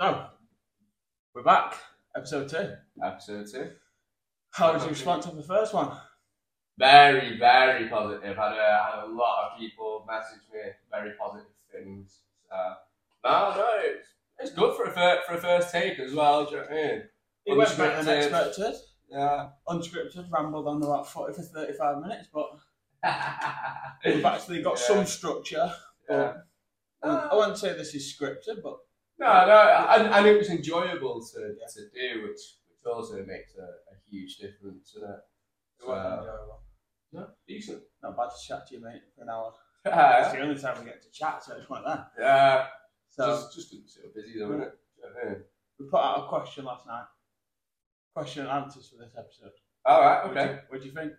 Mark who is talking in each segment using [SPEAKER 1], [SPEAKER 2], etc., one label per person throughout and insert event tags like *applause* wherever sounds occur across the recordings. [SPEAKER 1] So, we're back. Episode two.
[SPEAKER 2] Episode two.
[SPEAKER 1] How was your response on the first one?
[SPEAKER 2] Very, very positive. I had a, had a lot of people message me very positive things. So, no, no, it's, it's good for a, fir- for a first take as well. Do you know what I mean?
[SPEAKER 1] It went better than
[SPEAKER 2] Unscripted.
[SPEAKER 1] expected.
[SPEAKER 2] Yeah.
[SPEAKER 1] Unscripted, rambled on about 40 for 35 minutes, but
[SPEAKER 2] *laughs*
[SPEAKER 1] we've actually got
[SPEAKER 2] Yeah.
[SPEAKER 1] some structure.
[SPEAKER 2] yeah. Um, Uh, Ah. oh,
[SPEAKER 1] I wouldn't say this is scripted, but
[SPEAKER 2] No, no, and, and it was enjoyable to, to do, which, which also makes a, a huge difference. Isn't it?
[SPEAKER 1] it was
[SPEAKER 2] Wow.
[SPEAKER 1] enjoyable.
[SPEAKER 2] Yeah, decent.
[SPEAKER 1] uh,
[SPEAKER 2] *laughs*
[SPEAKER 1] Not bad to chat to you, mate, for an hour. It's
[SPEAKER 2] Yeah,
[SPEAKER 1] the only time we get to chat, so it's one of them.
[SPEAKER 2] yeah.
[SPEAKER 1] So,
[SPEAKER 2] just just been so busy though, isn't it? Do you know what I mean?
[SPEAKER 1] we put out a question last night. Question and answers for this episode.
[SPEAKER 2] All right,
[SPEAKER 1] What do
[SPEAKER 2] okay.
[SPEAKER 1] you- What do you think?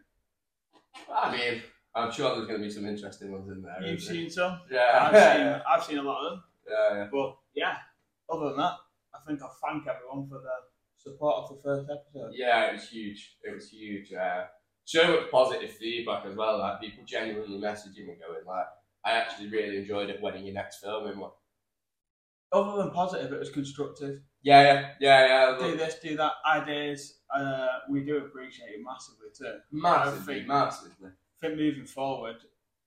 [SPEAKER 2] I mean, I'm sure there's going to be some interesting ones in there.
[SPEAKER 1] You've
[SPEAKER 2] isn't there?
[SPEAKER 1] seen
[SPEAKER 2] *laughs*
[SPEAKER 1] some.
[SPEAKER 2] Yeah.
[SPEAKER 1] I've seen, I've seen a lot of them.
[SPEAKER 2] yeah, yeah.
[SPEAKER 1] But yeah, other than that, I think I thank everyone for their support of the first episode.
[SPEAKER 2] Yeah, it was huge. It was huge. Uh, so much positive feedback as well. Like people genuinely messaging me going like, "I actually really enjoyed it. When are your next film?" And what?
[SPEAKER 1] Other than positive, it was constructive.
[SPEAKER 2] Yeah, yeah, yeah, yeah.
[SPEAKER 1] Do
[SPEAKER 2] Look,
[SPEAKER 1] this, do that, ideas. Uh, we do appreciate it massively too.
[SPEAKER 2] massively,
[SPEAKER 1] think-
[SPEAKER 2] massively.
[SPEAKER 1] I think moving forward,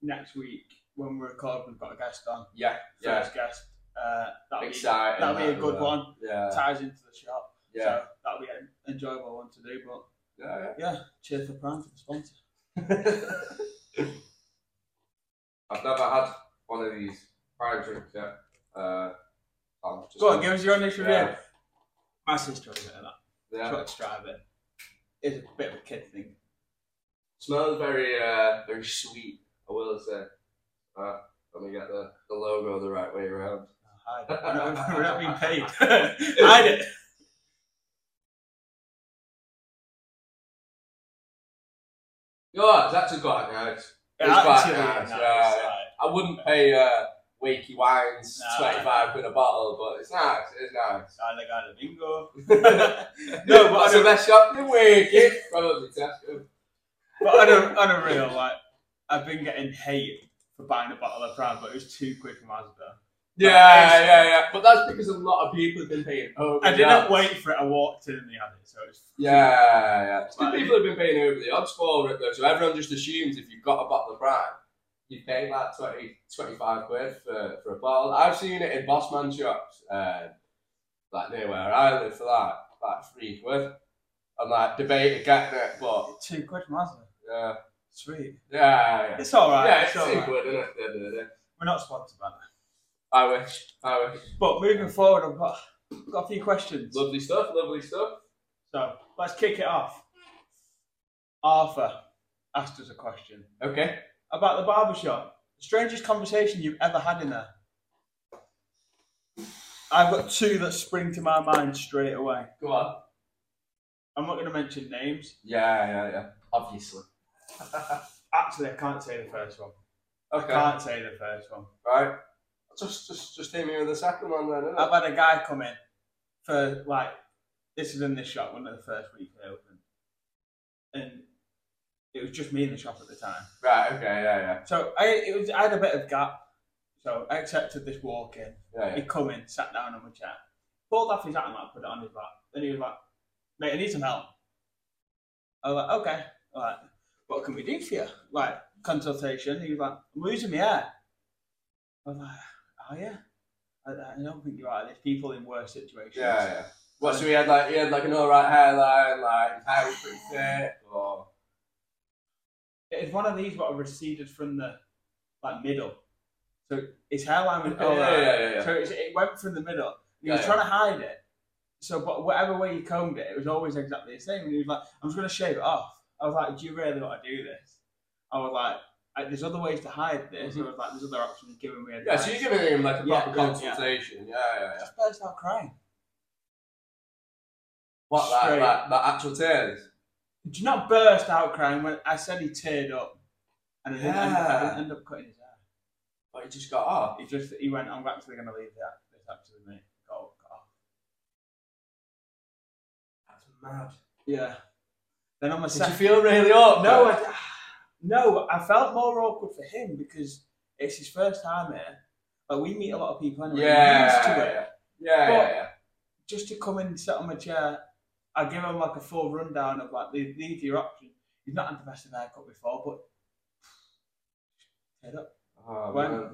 [SPEAKER 1] next week when we record, we've got a guest on.
[SPEAKER 2] Yeah, yeah.
[SPEAKER 1] First guest. Uh, that'll
[SPEAKER 2] Exciting.
[SPEAKER 1] be that'll be a
[SPEAKER 2] that
[SPEAKER 1] good
[SPEAKER 2] as well.
[SPEAKER 1] one.
[SPEAKER 2] Yeah,
[SPEAKER 1] Ties into the shop,
[SPEAKER 2] yeah,
[SPEAKER 1] so that'll be an enjoyable one to do. But
[SPEAKER 2] yeah. *laughs*
[SPEAKER 1] yeah, cheers for Prime for the sponsor.
[SPEAKER 2] yeah. I've never had one of these prime drinks yet. Uh, I'm just
[SPEAKER 1] Go on, give us your initial review.
[SPEAKER 2] Yeah.
[SPEAKER 1] My sister was at that.
[SPEAKER 2] Yeah.
[SPEAKER 1] Try to drive it. It's a bit of a kid thing.
[SPEAKER 2] Smells very, uh, very sweet. I will say. Uh, let me get the, the logo the right way around.
[SPEAKER 1] Hide it. We're not, we're not being paid. *laughs* Hide it.
[SPEAKER 2] Yeah, it's actually quite nice. It's
[SPEAKER 1] Yeah,
[SPEAKER 2] quite
[SPEAKER 1] actually,
[SPEAKER 2] nice,
[SPEAKER 1] no,
[SPEAKER 2] yeah,
[SPEAKER 1] it's
[SPEAKER 2] yeah.
[SPEAKER 1] like-
[SPEAKER 2] I wouldn't pay uh, Wakey Wines
[SPEAKER 1] No,
[SPEAKER 2] twenty five quid a bottle, but it's nice. It's nice.
[SPEAKER 1] I like out of *laughs* bingo.
[SPEAKER 2] *laughs* no,
[SPEAKER 1] No, but
[SPEAKER 2] but it's
[SPEAKER 1] I
[SPEAKER 2] the best shop in Wakey. Probably Tesco.
[SPEAKER 1] But on a, on a real, like, I've been getting hate for buying a bottle of Prime, but it was too quick for Mazda.
[SPEAKER 2] Yeah, yeah, yeah. But that's because a lot of people have been paying. Oh,
[SPEAKER 1] I didn't wait for it. I walked in and they had it, so it's
[SPEAKER 2] Yeah, yeah. Still, people have been paying over the odds for it though, so everyone just assumes if you've got a bottle of brand, you pay like 20, 25 quid for, for a bottle. I've seen it in Bossman shops, uh, like near where I live, for like, like three quid. I'm like debating getting it, but
[SPEAKER 1] too quick for Mazda.
[SPEAKER 2] yeah,
[SPEAKER 1] Sweet.
[SPEAKER 2] yeah, yeah.
[SPEAKER 1] It's all right.
[SPEAKER 2] yeah,
[SPEAKER 1] it's
[SPEAKER 2] it's
[SPEAKER 1] all
[SPEAKER 2] two
[SPEAKER 1] right.
[SPEAKER 2] quid, isn't it? at the end of the day?
[SPEAKER 1] We're not sponsored by that.
[SPEAKER 2] I wish, I wish.
[SPEAKER 1] But moving forward, I've got, got a few questions.
[SPEAKER 2] Lovely stuff, lovely stuff.
[SPEAKER 1] So let's kick it off. Arthur asked us a question.
[SPEAKER 2] Okay.
[SPEAKER 1] about the barbershop. Strangest conversation you've ever had in there? I've got two that spring to my mind straight away.
[SPEAKER 2] Go on.
[SPEAKER 1] I'm not going to mention names.
[SPEAKER 2] Yeah, yeah, yeah. Obviously.
[SPEAKER 1] Actually, I can't say the first one. I
[SPEAKER 2] Okay.
[SPEAKER 1] can't say the first one.
[SPEAKER 2] Right. Just, just, just hit me with the second one then. innit?
[SPEAKER 1] I've had a guy come in for like this is in this shop one of the first week they opened, and it was just me in the shop at the time.
[SPEAKER 2] Right. Okay. Yeah. Yeah.
[SPEAKER 1] So I it was I had a bit of gap, so I accepted this walk in.
[SPEAKER 2] Yeah.
[SPEAKER 1] He *laughs* come in, sat down on my chair, pulled off his hat and like put it on his lap. And he was like, mate, I need some help. I was like, okay, all right, what can we do for you? Like, consultation. He was like, I'm losing my hair. I was like, oh yeah. I, I don't think you're right. There's people in worse situations.
[SPEAKER 2] Yeah. yeah, yeah. What? So he had like he had like an alright hairline, like his hair was pretty thick, or
[SPEAKER 1] It's one of these what receded from the like middle. So his hairline was
[SPEAKER 2] Oh, yeah, yeah, yeah, yeah.
[SPEAKER 1] So it's, it went from the middle. He
[SPEAKER 2] Yeah,
[SPEAKER 1] was
[SPEAKER 2] yeah.
[SPEAKER 1] trying to hide it. So, but whatever way you combed it, it was always exactly the same. And he was like, "I'm just going to shave it off." I was like, "Do you really want to do this?" I was like, I, "There's other ways to hide this." I was like, "There's other options." Giving me
[SPEAKER 2] Mm-hmm. yeah.
[SPEAKER 1] advice.
[SPEAKER 2] So you're giving him like a
[SPEAKER 1] Yeah,
[SPEAKER 2] proper
[SPEAKER 1] yeah, yeah.
[SPEAKER 2] consultation. Yeah. Yeah. yeah,
[SPEAKER 1] just burst out crying.
[SPEAKER 2] What? Like,
[SPEAKER 1] Straight.
[SPEAKER 2] like, like actual tears.
[SPEAKER 1] Did you not burst out crying when I said he teared up, and I didn't, end, I didn't
[SPEAKER 2] Yeah.
[SPEAKER 1] end up cutting his hair.
[SPEAKER 2] But he just got off.
[SPEAKER 1] He just he went, "I'm actually going to leave that this up to the mate." Go, go.
[SPEAKER 2] That's mad.
[SPEAKER 1] Yeah. Then on my
[SPEAKER 2] Did you
[SPEAKER 1] second.
[SPEAKER 2] feel really awkward?
[SPEAKER 1] No, I, no, I felt more awkward for him because it's his first time here. Like we meet a lot of people anyway.
[SPEAKER 2] Yeah.
[SPEAKER 1] he's used to it.
[SPEAKER 2] Yeah. Yeah.
[SPEAKER 1] But-
[SPEAKER 2] yeah.
[SPEAKER 1] just to come and sit on my chair, I give him like a full rundown of like these, these are your options. He's not had the best of haircut before, but head
[SPEAKER 2] *laughs*
[SPEAKER 1] up.
[SPEAKER 2] Oh,
[SPEAKER 1] When-
[SPEAKER 2] man.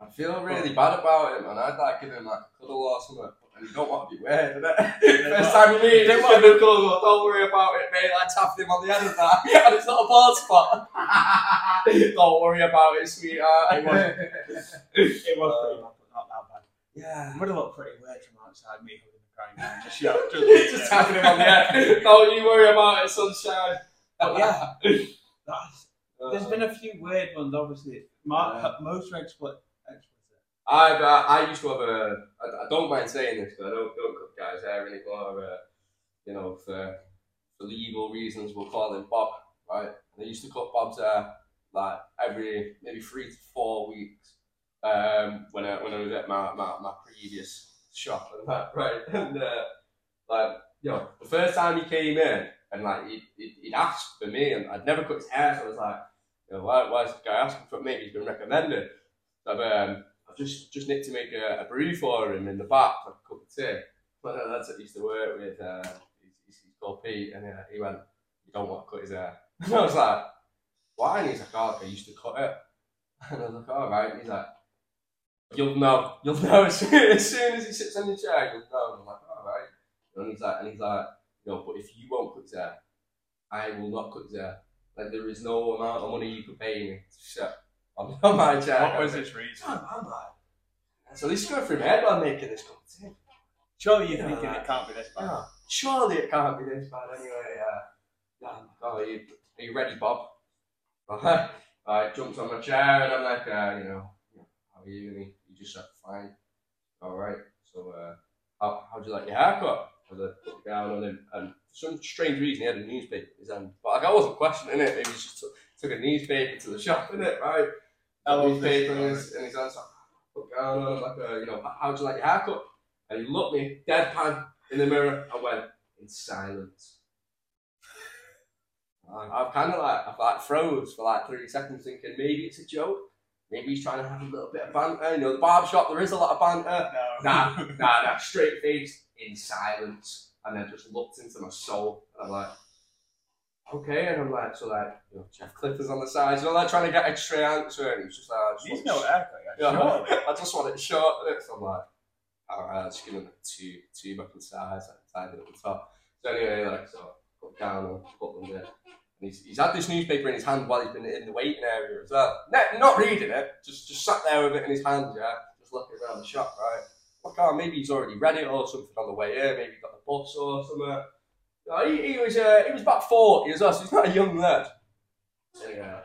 [SPEAKER 2] I feel really bad about it, man. I'd like give him like a cuddle or something. And you don't want to be weird, *laughs* innit? First time you meet
[SPEAKER 1] Don't
[SPEAKER 2] him, just
[SPEAKER 1] want-
[SPEAKER 2] give him a cuddle. go, Don't worry about it, mate. I tapped him on the head of that. *laughs* and it's not a bald spot. *laughs* don't worry about it,
[SPEAKER 1] It
[SPEAKER 2] sweetheart.
[SPEAKER 1] It was pretty bad, but not that bad.
[SPEAKER 2] *laughs* yeah.
[SPEAKER 1] It would have looked pretty weird from outside me holding the crying down.
[SPEAKER 2] *laughs*
[SPEAKER 1] Just, yeah, just,
[SPEAKER 2] just tapping him on the head. Don't you worry about it, sunshine.
[SPEAKER 1] But
[SPEAKER 2] *laughs*
[SPEAKER 1] yeah, that's,
[SPEAKER 2] Uh,
[SPEAKER 1] there's been a few weird ones, obviously. Mark, Most are explicit.
[SPEAKER 2] I, I I used to have a. I, I don't mind saying this, but I don't don't cut guys hair anymore. Uh, you know, for, for legal reasons, we'll call him Bob, right? And I used to cut Bob's hair like every maybe three to four weeks. Um, when I when I was at my, my, my previous shop and that, *laughs* right? And uh, like you know, the first time he came in and like he he he'd asked for me, and I'd never cut his hair, so I was like, you know, why why is this guy asking for me? He's been recommended. I've um, I just just need to make a, a brew for him in the back, like a cup of tea. But uh, that's what he used to work with. Uh, he's, he's he's called Pete, and uh, he went, "You don't want to cut his hair." *laughs* And I was like, "Why?" And he's like, "Oh, I used to cut it." *laughs* And I was like, "All right." And he's like, "You'll know. You'll know as soon *laughs* as, soon as he sits on your chair. You'll know." And I'm like, "All right." And he's like, and he's like, "No, but if you won't cut his hair, I will not cut his hair. Like there is no amount of money you could pay me to shut on *laughs* on my chair."
[SPEAKER 1] What was his reason?
[SPEAKER 2] Time, am I? So this going through my head while making this content.
[SPEAKER 1] Surely you're thinking it can't be this bad.
[SPEAKER 2] Oh, surely it can't be this bad anyway. Uh, um, oh, are you, are you ready, Bob? *laughs* Right, right, jumps on my chair and I'm like, uh, you know, how are you? And he, he just said, fine. All right. So uh, how how'd you like your haircut? I was like, put down on him, and for some strange reason he had a newspaper in his hand. But like, I wasn't questioning it. He was just took- took a newspaper to the shop, innit? Right.
[SPEAKER 1] I love
[SPEAKER 2] newspaper in
[SPEAKER 1] this
[SPEAKER 2] his, in his hand. So I put down on him like, uh, you know, "How- how'd you like your haircut? And he looked me deadpan in the mirror. I went in silence. I- I've kind of like I've like froze for like thirty seconds, thinking maybe it's a joke. Maybe he's trying to have a little bit of banter. You know, the barber shop there is a lot of banter.
[SPEAKER 1] No.
[SPEAKER 2] Nah,
[SPEAKER 1] *laughs*
[SPEAKER 2] nah, nah. Straight face in silence, and then just looked into my soul, and I'm like, okay, and I'm like, so like, you know, Jeff Clifford's on the side, you know, like trying to get a straight answer, and he was just like, I just
[SPEAKER 1] He's
[SPEAKER 2] want
[SPEAKER 1] no
[SPEAKER 2] it
[SPEAKER 1] haircut, yeah, surely.
[SPEAKER 2] sh- I just want it short, and so I'm like, all right, I'll just give him like two, two back in size, like tied it at the top. So anyway, like, so put down and put them there. And he's, he's had this newspaper in his hand while he's been in the waiting area as well. Ne- not reading it, just just sat there with it in his hand, yeah, just looking around the shop, right? Like, oh, maybe he's already read it or something on the way here, maybe he got the bus or something. No, he, he was uh, he was about 40 as well, so he's not a young lad. Anyway, I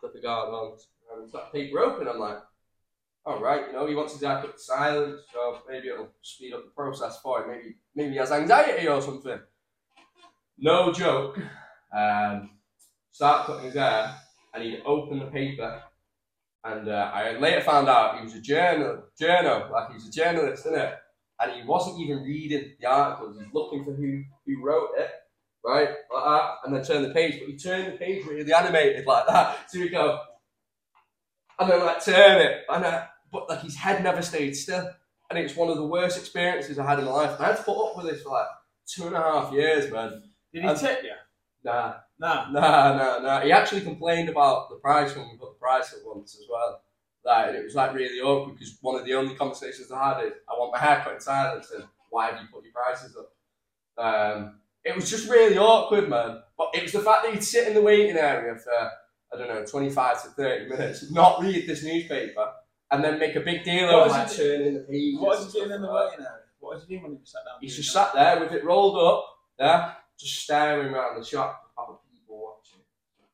[SPEAKER 2] put the garden on, and that paper open, I'm like, all right, you know, he wants his haircut to silence, so maybe it'll speed up the process for him. Maybe maybe he has anxiety or something. No joke. Um, start cutting his hair, and he'd open the paper, and uh, I later found out he was a journal, journo, like he was a journalist, innit? And he wasn't even reading the articles. He's looking for who who wrote it, right? Like that, and then turn the page. But he turned the page really animated like that. So we go, and then like turn it, and I, but like his head never stayed still, and it's one of the worst experiences I had in my life. And I had to put up with this for like two and a half years, man.
[SPEAKER 1] Did he
[SPEAKER 2] Um,
[SPEAKER 1] tip you?
[SPEAKER 2] Nah,
[SPEAKER 1] Nah.
[SPEAKER 2] nah, nah, nah. He actually complained about the price when we put the price up once as well. Like it was like really awkward because one of the only conversations I had is, "I want my haircut in silence," and "Why have you put your prices up?" Um, it was just really awkward, man. But it was the fact that he'd sit in the waiting area for I don't know, twenty-five to thirty minutes, not read this newspaper, and then make a big deal
[SPEAKER 1] What
[SPEAKER 2] of
[SPEAKER 1] is
[SPEAKER 2] like
[SPEAKER 1] it-
[SPEAKER 2] turning the pages.
[SPEAKER 1] What
[SPEAKER 2] and
[SPEAKER 1] was he doing
[SPEAKER 2] stuff
[SPEAKER 1] in the
[SPEAKER 2] like that.
[SPEAKER 1] waiting area? What was he doing when he was sat down?
[SPEAKER 2] He's
[SPEAKER 1] doing
[SPEAKER 2] just
[SPEAKER 1] that?
[SPEAKER 2] sat there with it rolled up, yeah, just staring around the shop at other people watching.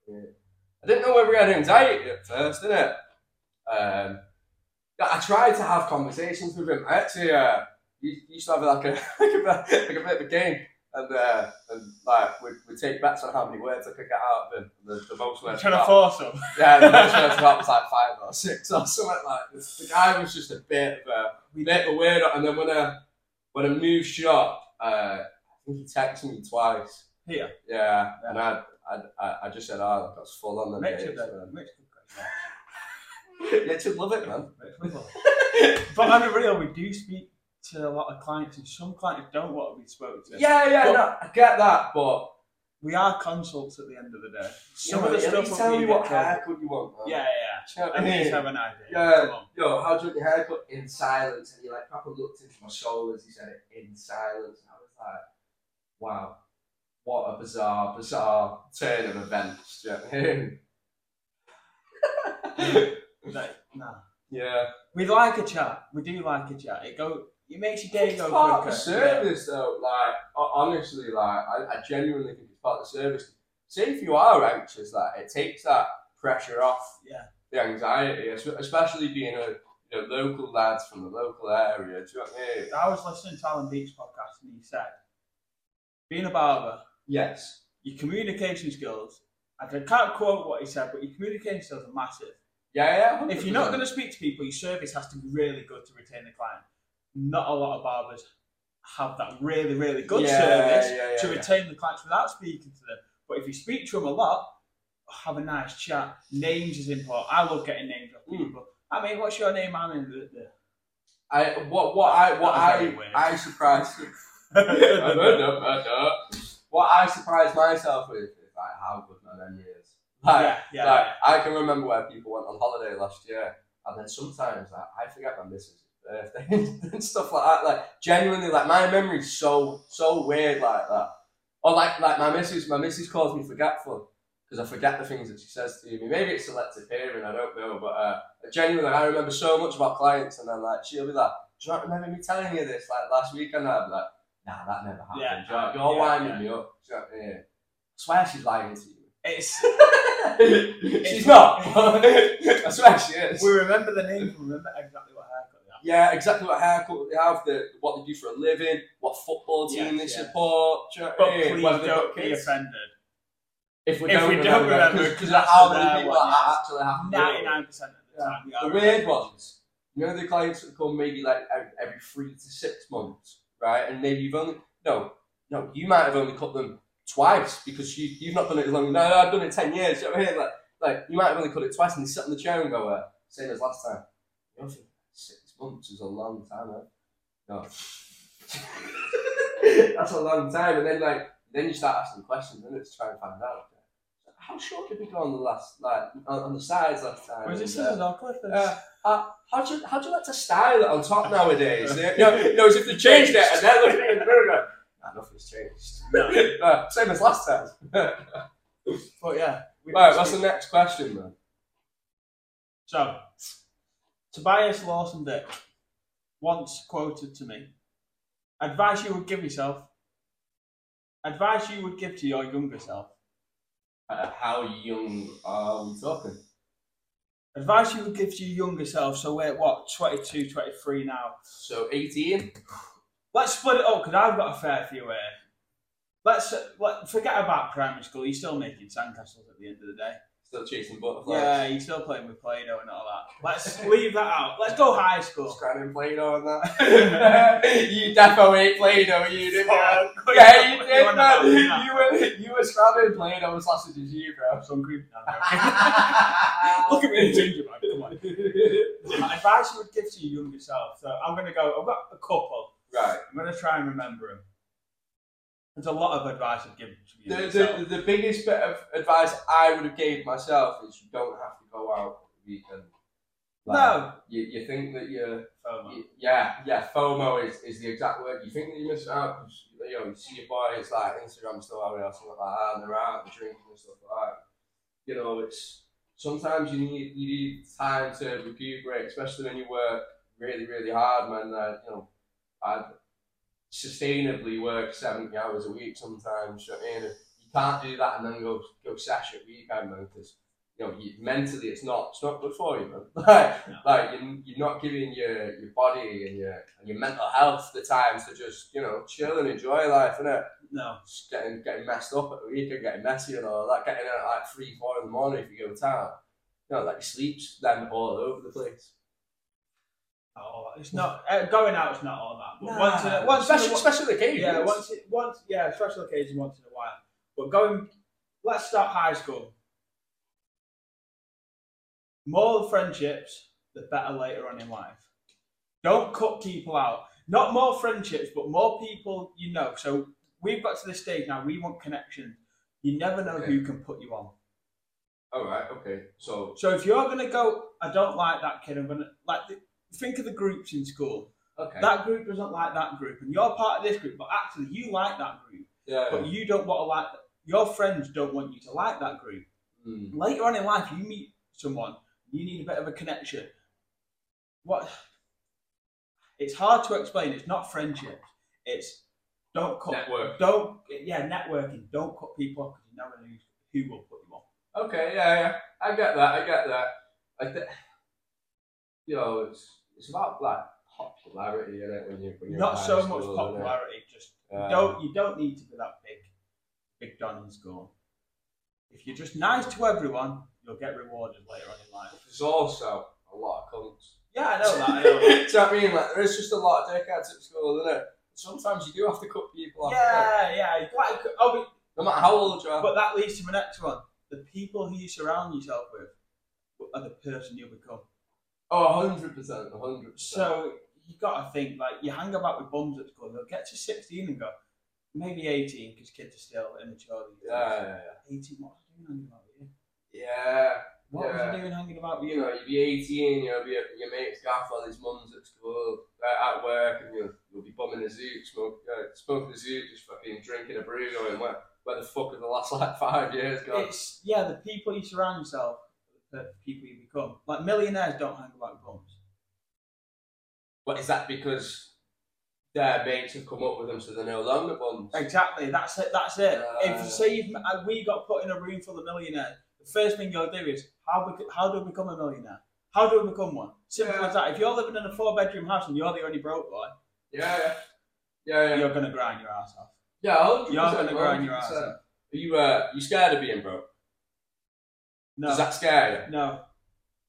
[SPEAKER 2] Yeah. I didn't know whether he had anxiety at first, didn't it? Um, yeah, I tried to have conversations with him. I actually uh, u- used to have like a, *laughs* like a, like a bit of a game. And, uh, and like we would take bets on how many words I could get out of him. The, the most
[SPEAKER 1] I'm
[SPEAKER 2] words.
[SPEAKER 1] trying to
[SPEAKER 2] got
[SPEAKER 1] force him.
[SPEAKER 2] yeah, the most went about was like five or six or something like this. The guy was just a bit of a bit of a weirdo. And then when I when I moved shop, uh, I think he texted me twice.
[SPEAKER 1] Here.
[SPEAKER 2] Yeah, and I I, I, I just said, oh, that's full on the
[SPEAKER 1] Richard,
[SPEAKER 2] days,
[SPEAKER 1] though.
[SPEAKER 2] man.
[SPEAKER 1] Mitch could
[SPEAKER 2] Richard, love it, man. *laughs*
[SPEAKER 1] cut him off. Mitch would love it. But on the real, we do speak to a lot of clients, and some clients don't want to be spoken to.
[SPEAKER 2] Yeah, yeah,
[SPEAKER 1] But-
[SPEAKER 2] no, I get that, but
[SPEAKER 1] We are consults at the end of the day.
[SPEAKER 2] you
[SPEAKER 1] Some
[SPEAKER 2] know,
[SPEAKER 1] of the
[SPEAKER 2] at
[SPEAKER 1] stuff
[SPEAKER 2] least
[SPEAKER 1] that
[SPEAKER 2] tell
[SPEAKER 1] we
[SPEAKER 2] me
[SPEAKER 1] get
[SPEAKER 2] what
[SPEAKER 1] told-
[SPEAKER 2] haircut you want. man.
[SPEAKER 1] Yeah, yeah.
[SPEAKER 2] Do you know what I
[SPEAKER 1] At
[SPEAKER 2] mean?
[SPEAKER 1] least have an idea.
[SPEAKER 2] Yeah.
[SPEAKER 1] Come on.
[SPEAKER 2] Yo, how do you want your haircut? In silence. And he like proper looked into my soul as he said it in silence. And I was like, wow, what a bizarre, bizarre turn of events. Do you know what I mean?
[SPEAKER 1] Like, nah.
[SPEAKER 2] yeah.
[SPEAKER 1] We like a chat. We do like a chat. It go. It makes your day
[SPEAKER 2] It's
[SPEAKER 1] go
[SPEAKER 2] part of
[SPEAKER 1] quicker.
[SPEAKER 2] the service though. Like ho- honestly, like I, I genuinely think it's part of the service. See if you are anxious, like it takes that pressure off
[SPEAKER 1] Yeah.
[SPEAKER 2] the anxiety, es- especially being a you know, local lads from the local area. Do you know what I mean?
[SPEAKER 1] Yeah. I was listening to Alan Beach podcast, and he said, "Being a barber,
[SPEAKER 2] Yes.
[SPEAKER 1] your communication skills. I can- can't quote what he said, but your communication skills are massive.
[SPEAKER 2] Yeah, yeah.
[SPEAKER 1] If you're not going to speak to people, your service has to be really good to retain the client. Not a lot of barbers have that really, really good service to retain the clients without speaking to them. But if you speak to them a lot, have a nice chat. Names is important. I love getting names off
[SPEAKER 2] Mm.
[SPEAKER 1] people. I mean, what's your name, man? And the,
[SPEAKER 2] I what what I what
[SPEAKER 1] That was very
[SPEAKER 2] I
[SPEAKER 1] weird. *laughs*
[SPEAKER 2] I surprised.
[SPEAKER 1] the-
[SPEAKER 2] *laughs* I don't know, I don't know. what I surprised myself with is like how good my memory is. Like,
[SPEAKER 1] yeah, yeah,
[SPEAKER 2] like, I can remember where people went on holiday last year, and then sometimes like, I forget my missus' birthday *laughs* and stuff like that. Like genuinely, like my memory's so so weird like that. Or like like my missus, my missus calls me forgetful because I forget the things that she says to me. Maybe it's selective hearing, I don't know. But uh, genuinely, I remember so much about clients, and then like she'll be like, "Do you not remember me telling you this like last week?" And I'm like, "Nah, that never happened.
[SPEAKER 1] Yeah,
[SPEAKER 2] Do you know- You're
[SPEAKER 1] yeah,
[SPEAKER 2] winding
[SPEAKER 1] yeah.
[SPEAKER 2] me up." Do you know what I mean? I swear she's lying to you.
[SPEAKER 1] It's
[SPEAKER 2] *laughs* She's
[SPEAKER 1] *laughs*
[SPEAKER 2] not. I swear she is.
[SPEAKER 1] we remember the name. We remember exactly what haircut. they have.
[SPEAKER 2] Yeah, exactly what haircut they have, the, what they do for a living, what football team
[SPEAKER 1] Yes,
[SPEAKER 2] they
[SPEAKER 1] yes.
[SPEAKER 2] support. do you know what
[SPEAKER 1] But
[SPEAKER 2] I mean?
[SPEAKER 1] please
[SPEAKER 2] Whether they've got
[SPEAKER 1] don't be
[SPEAKER 2] kids.
[SPEAKER 1] offended.
[SPEAKER 2] If we
[SPEAKER 1] if
[SPEAKER 2] don't
[SPEAKER 1] we don't
[SPEAKER 2] remember,
[SPEAKER 1] remember,
[SPEAKER 2] because
[SPEAKER 1] 'cause
[SPEAKER 2] that's
[SPEAKER 1] that's
[SPEAKER 2] how
[SPEAKER 1] the
[SPEAKER 2] many
[SPEAKER 1] bad
[SPEAKER 2] people
[SPEAKER 1] one,
[SPEAKER 2] that
[SPEAKER 1] yes.
[SPEAKER 2] actually have to do it.
[SPEAKER 1] Ninety-nine percent of the
[SPEAKER 2] Yeah.
[SPEAKER 1] time,
[SPEAKER 2] The
[SPEAKER 1] yeah.
[SPEAKER 2] weird ones. You know the clients that come maybe like ev- every three to six months, right? And maybe you've only no, no, you might have only cut them twice because you you've not done it as long. No, no I've done it ten years. You know what I mean? Like like you might have only cut it twice, and they sit on the chair and go, uh, same as last time. You know, I think six months is a long time, man. No, *laughs* that's a long time. And then like then you start asking questions, and it's trying to find out. How short did we go on the last like on on the sides last time?
[SPEAKER 1] Was it
[SPEAKER 2] And,
[SPEAKER 1] scissors or clippers?
[SPEAKER 2] uh, How'd you, how'd you like to style it on *laughs* top nowadays? no, no, as if they changed it and *laughs* they're looking in the mirror going, nah, "Ah, nothing's changed. *laughs*
[SPEAKER 1] No.
[SPEAKER 2] Uh, same as last time. right,
[SPEAKER 1] But yeah. we-
[SPEAKER 2] what's the next question, man?
[SPEAKER 1] So, Tobias Lawson Dick once quoted to me advice you would give yourself, advice you would give to your younger self,
[SPEAKER 2] Uh, how young are we talking?
[SPEAKER 1] advice you would give to your younger self. So, we're at what, 22, 23 now?
[SPEAKER 2] So 18?
[SPEAKER 1] Let's split it up because I've got a fair few here. Let's uh, let, forget about primary school. You're still making sandcastles at the end of the day.
[SPEAKER 2] Still chasing butterflies?
[SPEAKER 1] Yeah, you're still playing with Play Doh and all that. Let's leave that out. Let's go high school.
[SPEAKER 2] Scranton Play-Doh and that. *laughs* you defo ain't Play-Doh,
[SPEAKER 1] *laughs*
[SPEAKER 2] you did *laughs* man.
[SPEAKER 1] Fuck.
[SPEAKER 2] Yeah, you
[SPEAKER 1] You're
[SPEAKER 2] did,
[SPEAKER 1] on about
[SPEAKER 2] man.
[SPEAKER 1] me now.
[SPEAKER 2] *laughs* You were, you were Scranton Play-Doh sausages, you, bro. *laughs*
[SPEAKER 1] I'm so hungry. No, no. *laughs* Look at me in ginger man, come on. Advice you would give to your younger self. So I'm going to go, I've got a couple.
[SPEAKER 2] right.
[SPEAKER 1] I'm going to try and remember them. There's a lot of advice I've given to
[SPEAKER 2] the,
[SPEAKER 1] you.
[SPEAKER 2] the, the biggest bit of advice I would have gave myself is you don't have to go out on the weekend.
[SPEAKER 1] No.
[SPEAKER 2] You, you think that you're,
[SPEAKER 1] FOMO.
[SPEAKER 2] you- yeah, yeah, FOMO is, is the exact word. You think that you miss out because you, know, you see your boys like Instagram story or something like that and they're out and drinking and stuff like that. You know, it's sometimes you need you need time to recuperate, especially when you work really, really hard, man. Uh, you know, I sustainably work 70 hours a week sometimes. You know what I mean? You can't do that and then go go sash at weekend, man, because you know, you, mentally it's not it's not good for you, man. *laughs* Like,
[SPEAKER 1] No.
[SPEAKER 2] like you're, you're not giving your, your body and your and your mental health the time to just you know chill and enjoy life, innit?
[SPEAKER 1] No.
[SPEAKER 2] Just getting getting messed up at the weekend, getting messy and all that, getting out at like three, four in the morning if you go to town. You know, like your sleeps then all over the place.
[SPEAKER 1] Oh, it's not, uh, going out's not all that. But
[SPEAKER 2] Nah.
[SPEAKER 1] once in a, once in a
[SPEAKER 2] special,
[SPEAKER 1] whi-
[SPEAKER 2] special occasions.
[SPEAKER 1] yeah, once, it- once, yeah, special occasion once in a while. But going, let's start high school. More friendships, the better later on in life. Don't cut people out. Not more friendships, but more people you know. So we've got to this stage now. We want connection. You never know who can put you on.
[SPEAKER 2] All right. Okay. So
[SPEAKER 1] So if you're gonna go, I don't like that kid. I'm gonna like th- think of the groups in school.
[SPEAKER 2] okay.
[SPEAKER 1] That group doesn't like that group, and you're part of this group, but actually you like that group,
[SPEAKER 2] yeah.
[SPEAKER 1] but you don't want to like. Your friends don't want you to like that group.
[SPEAKER 2] Mm.
[SPEAKER 1] Later on in life, you meet someone, you need a bit of a connection. What? It's hard to explain. It's not friendship. It's don't cut.
[SPEAKER 2] Network.
[SPEAKER 1] Don't yeah, networking. Don't cut people off because you never know who will put you off.
[SPEAKER 2] Okay. Yeah. Yeah. I get that. I get that. I th- you know, it's it's about like popularity, isn't it? When you when you're
[SPEAKER 1] Not
[SPEAKER 2] in high
[SPEAKER 1] so
[SPEAKER 2] school,
[SPEAKER 1] much
[SPEAKER 2] isn't it?
[SPEAKER 1] popularity, just
[SPEAKER 2] Uh,
[SPEAKER 1] don't you don't need to be that big, big don in school. If you're just nice to everyone, you'll get rewarded later on in life.
[SPEAKER 2] There's also a lot of cunts. *laughs*
[SPEAKER 1] Yeah, I know that. I
[SPEAKER 2] Do
[SPEAKER 1] know. that.
[SPEAKER 2] you know what I mean? Like, there's just a lot of dickheads at school, isn't it? Sometimes you do have to cut people off. innit?
[SPEAKER 1] yeah, yeah. you're quite a good- oh, but-
[SPEAKER 2] No matter how old you are.
[SPEAKER 1] but that leads to the next one: the people who you surround yourself with are the person you become.
[SPEAKER 2] oh, 100%. 100%.
[SPEAKER 1] So you got to think like you hang about with bums at school. They'll get to sixteen and go, maybe eighteen, because kids are still immature. these days.
[SPEAKER 2] Yeah,
[SPEAKER 1] Eighteen. What was I doing hanging about with you?
[SPEAKER 2] yeah, yeah.
[SPEAKER 1] What was
[SPEAKER 2] Yeah.
[SPEAKER 1] I doing hanging about
[SPEAKER 2] Yeah.
[SPEAKER 1] with
[SPEAKER 2] You
[SPEAKER 1] you?
[SPEAKER 2] know, you'd be 18, you'll be at your mate's gaff while his mum's at school, uh, at work, and you'll, you'll be bumming a zoo, smoke, uh, smoking a zoo, just fucking drinking a brew, going, where, where the fuck have the last like five years
[SPEAKER 1] *laughs*
[SPEAKER 2] gone?
[SPEAKER 1] It's yeah, the people you surround yourself, the people you become. Like millionaires don't hang about with bums.
[SPEAKER 2] But is that because their mates have come up with them so they're no longer bums?
[SPEAKER 1] Exactly. That's it. That's it. if
[SPEAKER 2] Yeah.
[SPEAKER 1] you say you've, uh, we got put in a room full of millionaires, the first thing you'll do is how bec- how do I become a millionaire? How do I become one? Simple
[SPEAKER 2] Yeah.
[SPEAKER 1] as that. If you're living in a four bedroom house and you're the only broke boy,
[SPEAKER 2] Yeah, yeah. Yeah, yeah.
[SPEAKER 1] you're gonna grind your ass off.
[SPEAKER 2] Yeah, 100%.
[SPEAKER 1] You're gonna grind your ass off.
[SPEAKER 2] Are you, uh, you scared of being broke?
[SPEAKER 1] No,
[SPEAKER 2] Does that scare
[SPEAKER 1] no,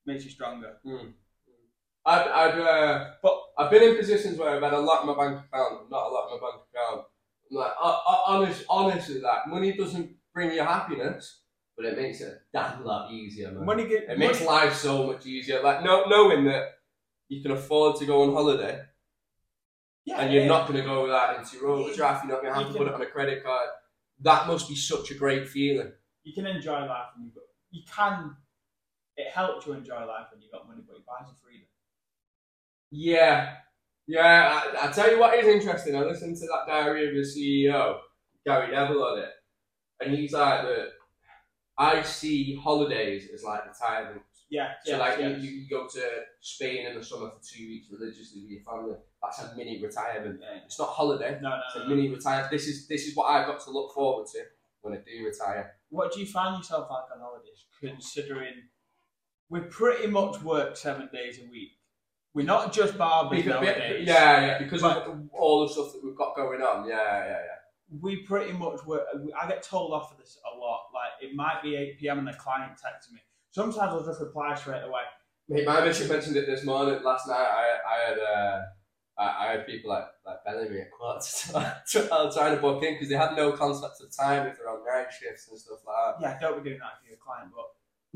[SPEAKER 1] makes you stronger.
[SPEAKER 2] you? I've, I've, uh, but I've been in positions where I've had a lot in my bank account, not a lot in my bank account. I'm like, uh, uh, honest, honestly, that money doesn't bring you happiness, but it makes it a damn lot easier, man.
[SPEAKER 1] Money get
[SPEAKER 2] it makes
[SPEAKER 1] money-
[SPEAKER 2] life so much easier. Like, no, knowing that you can afford to go on holiday
[SPEAKER 1] yeah,
[SPEAKER 2] and you're
[SPEAKER 1] yeah.
[SPEAKER 2] not going to go with that into your overdraft, you're not going to have
[SPEAKER 1] You
[SPEAKER 2] to put it
[SPEAKER 1] can-
[SPEAKER 2] on a credit card. That must be such a great feeling.
[SPEAKER 1] you can enjoy life and you've got, you can it helps you enjoy life when you've got money but it buys you freedom
[SPEAKER 2] Yeah, yeah. I, I tell you what is interesting. I listened to that diary of the CEO, Gary Neville, on it, and he's like that. I see holidays as like retirement.
[SPEAKER 1] yeah
[SPEAKER 2] So
[SPEAKER 1] yeah
[SPEAKER 2] like
[SPEAKER 1] yeah.
[SPEAKER 2] You, you go to Spain in the summer for two weeks religiously with your family. That's a mini retirement.
[SPEAKER 1] Yeah.
[SPEAKER 2] It's not holiday.
[SPEAKER 1] no
[SPEAKER 2] It's
[SPEAKER 1] no,
[SPEAKER 2] a
[SPEAKER 1] no, no.
[SPEAKER 2] mini retirement. This is this is what I've got to look forward to when I do retire.
[SPEAKER 1] what do you find yourself like on holidays considering we pretty much work seven days a week we're not just barbers
[SPEAKER 2] Because-
[SPEAKER 1] nowadays
[SPEAKER 2] yeah, yeah. Because of all the stuff that we've got going on. Yeah, yeah, yeah.
[SPEAKER 1] we pretty much work I get told off for this a lot like it might be 8pm and the client texts me sometimes I'll just reply straight away
[SPEAKER 2] Mate, my mission mentioned it this morning. Last night, I I had uh, I, I had people like like belling me at quarter *laughs* to twelve trying to book in because they had no concept of time if they're on night shifts and stuff like
[SPEAKER 1] yeah don't be doing that if you're a client but *laughs*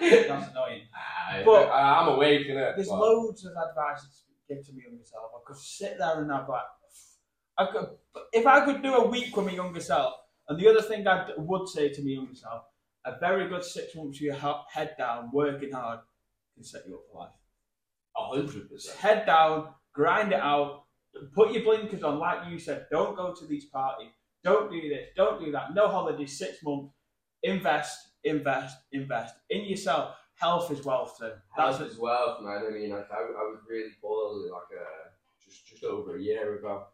[SPEAKER 2] that.
[SPEAKER 1] that's annoying
[SPEAKER 2] Ah,
[SPEAKER 1] But-
[SPEAKER 2] I, am awake, innit?
[SPEAKER 1] There's
[SPEAKER 2] But-
[SPEAKER 1] loads of advice that's been given to me on myself. I could sit there and I'd be like, I could, if I could do a week with my younger self, and the other thing I would say to my younger self, a very good six months with your he- head down, working hard, can set you up for life.
[SPEAKER 2] a hundred
[SPEAKER 1] Just
[SPEAKER 2] percent.
[SPEAKER 1] head down, grind it out, put your blinkers on, like you said, don't go to these parties, don't do this, don't do that, no holidays, six months, invest, invest, invest in yourself. Health is wealth, too. That's
[SPEAKER 2] That's as well, man. I mean, like I, I was really poorly, like uh, just just over a year ago,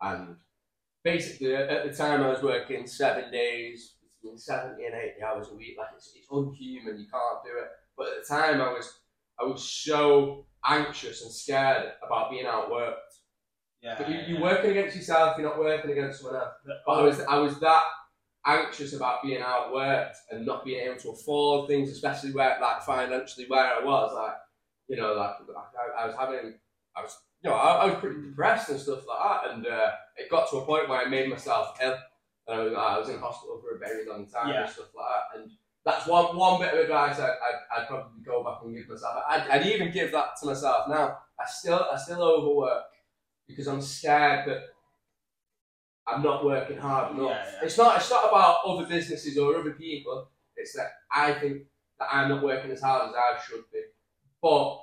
[SPEAKER 2] and basically at- at the time I was working seven days between seventy and eighty hours a week. Like it's it's unhuman. You can't do it. But at the time I was I was so anxious and scared about being outworked.
[SPEAKER 1] yeah.
[SPEAKER 2] But you, you're working against yourself. You're not working against someone else.
[SPEAKER 1] But-
[SPEAKER 2] But I was I was that anxious about being outworked and not being able to afford things, especially where like financially where I was. Like you know, like I, I was having I was you know I, I was pretty depressed and stuff like that, and uh, it got to a point where I made myself ill. And I was, I was in hospital for a very long time
[SPEAKER 1] Yeah.
[SPEAKER 2] and stuff like that. And that's one one bit of advice I, I'd, I'd probably go back and give myself. I'd, I'd even give that to myself now. I still I still overwork. because I'm scared that I'm not working hard enough.
[SPEAKER 1] Yeah, yeah.
[SPEAKER 2] It's not it's not about other businesses or other people. It's that I think that I'm not working as hard as I should be. But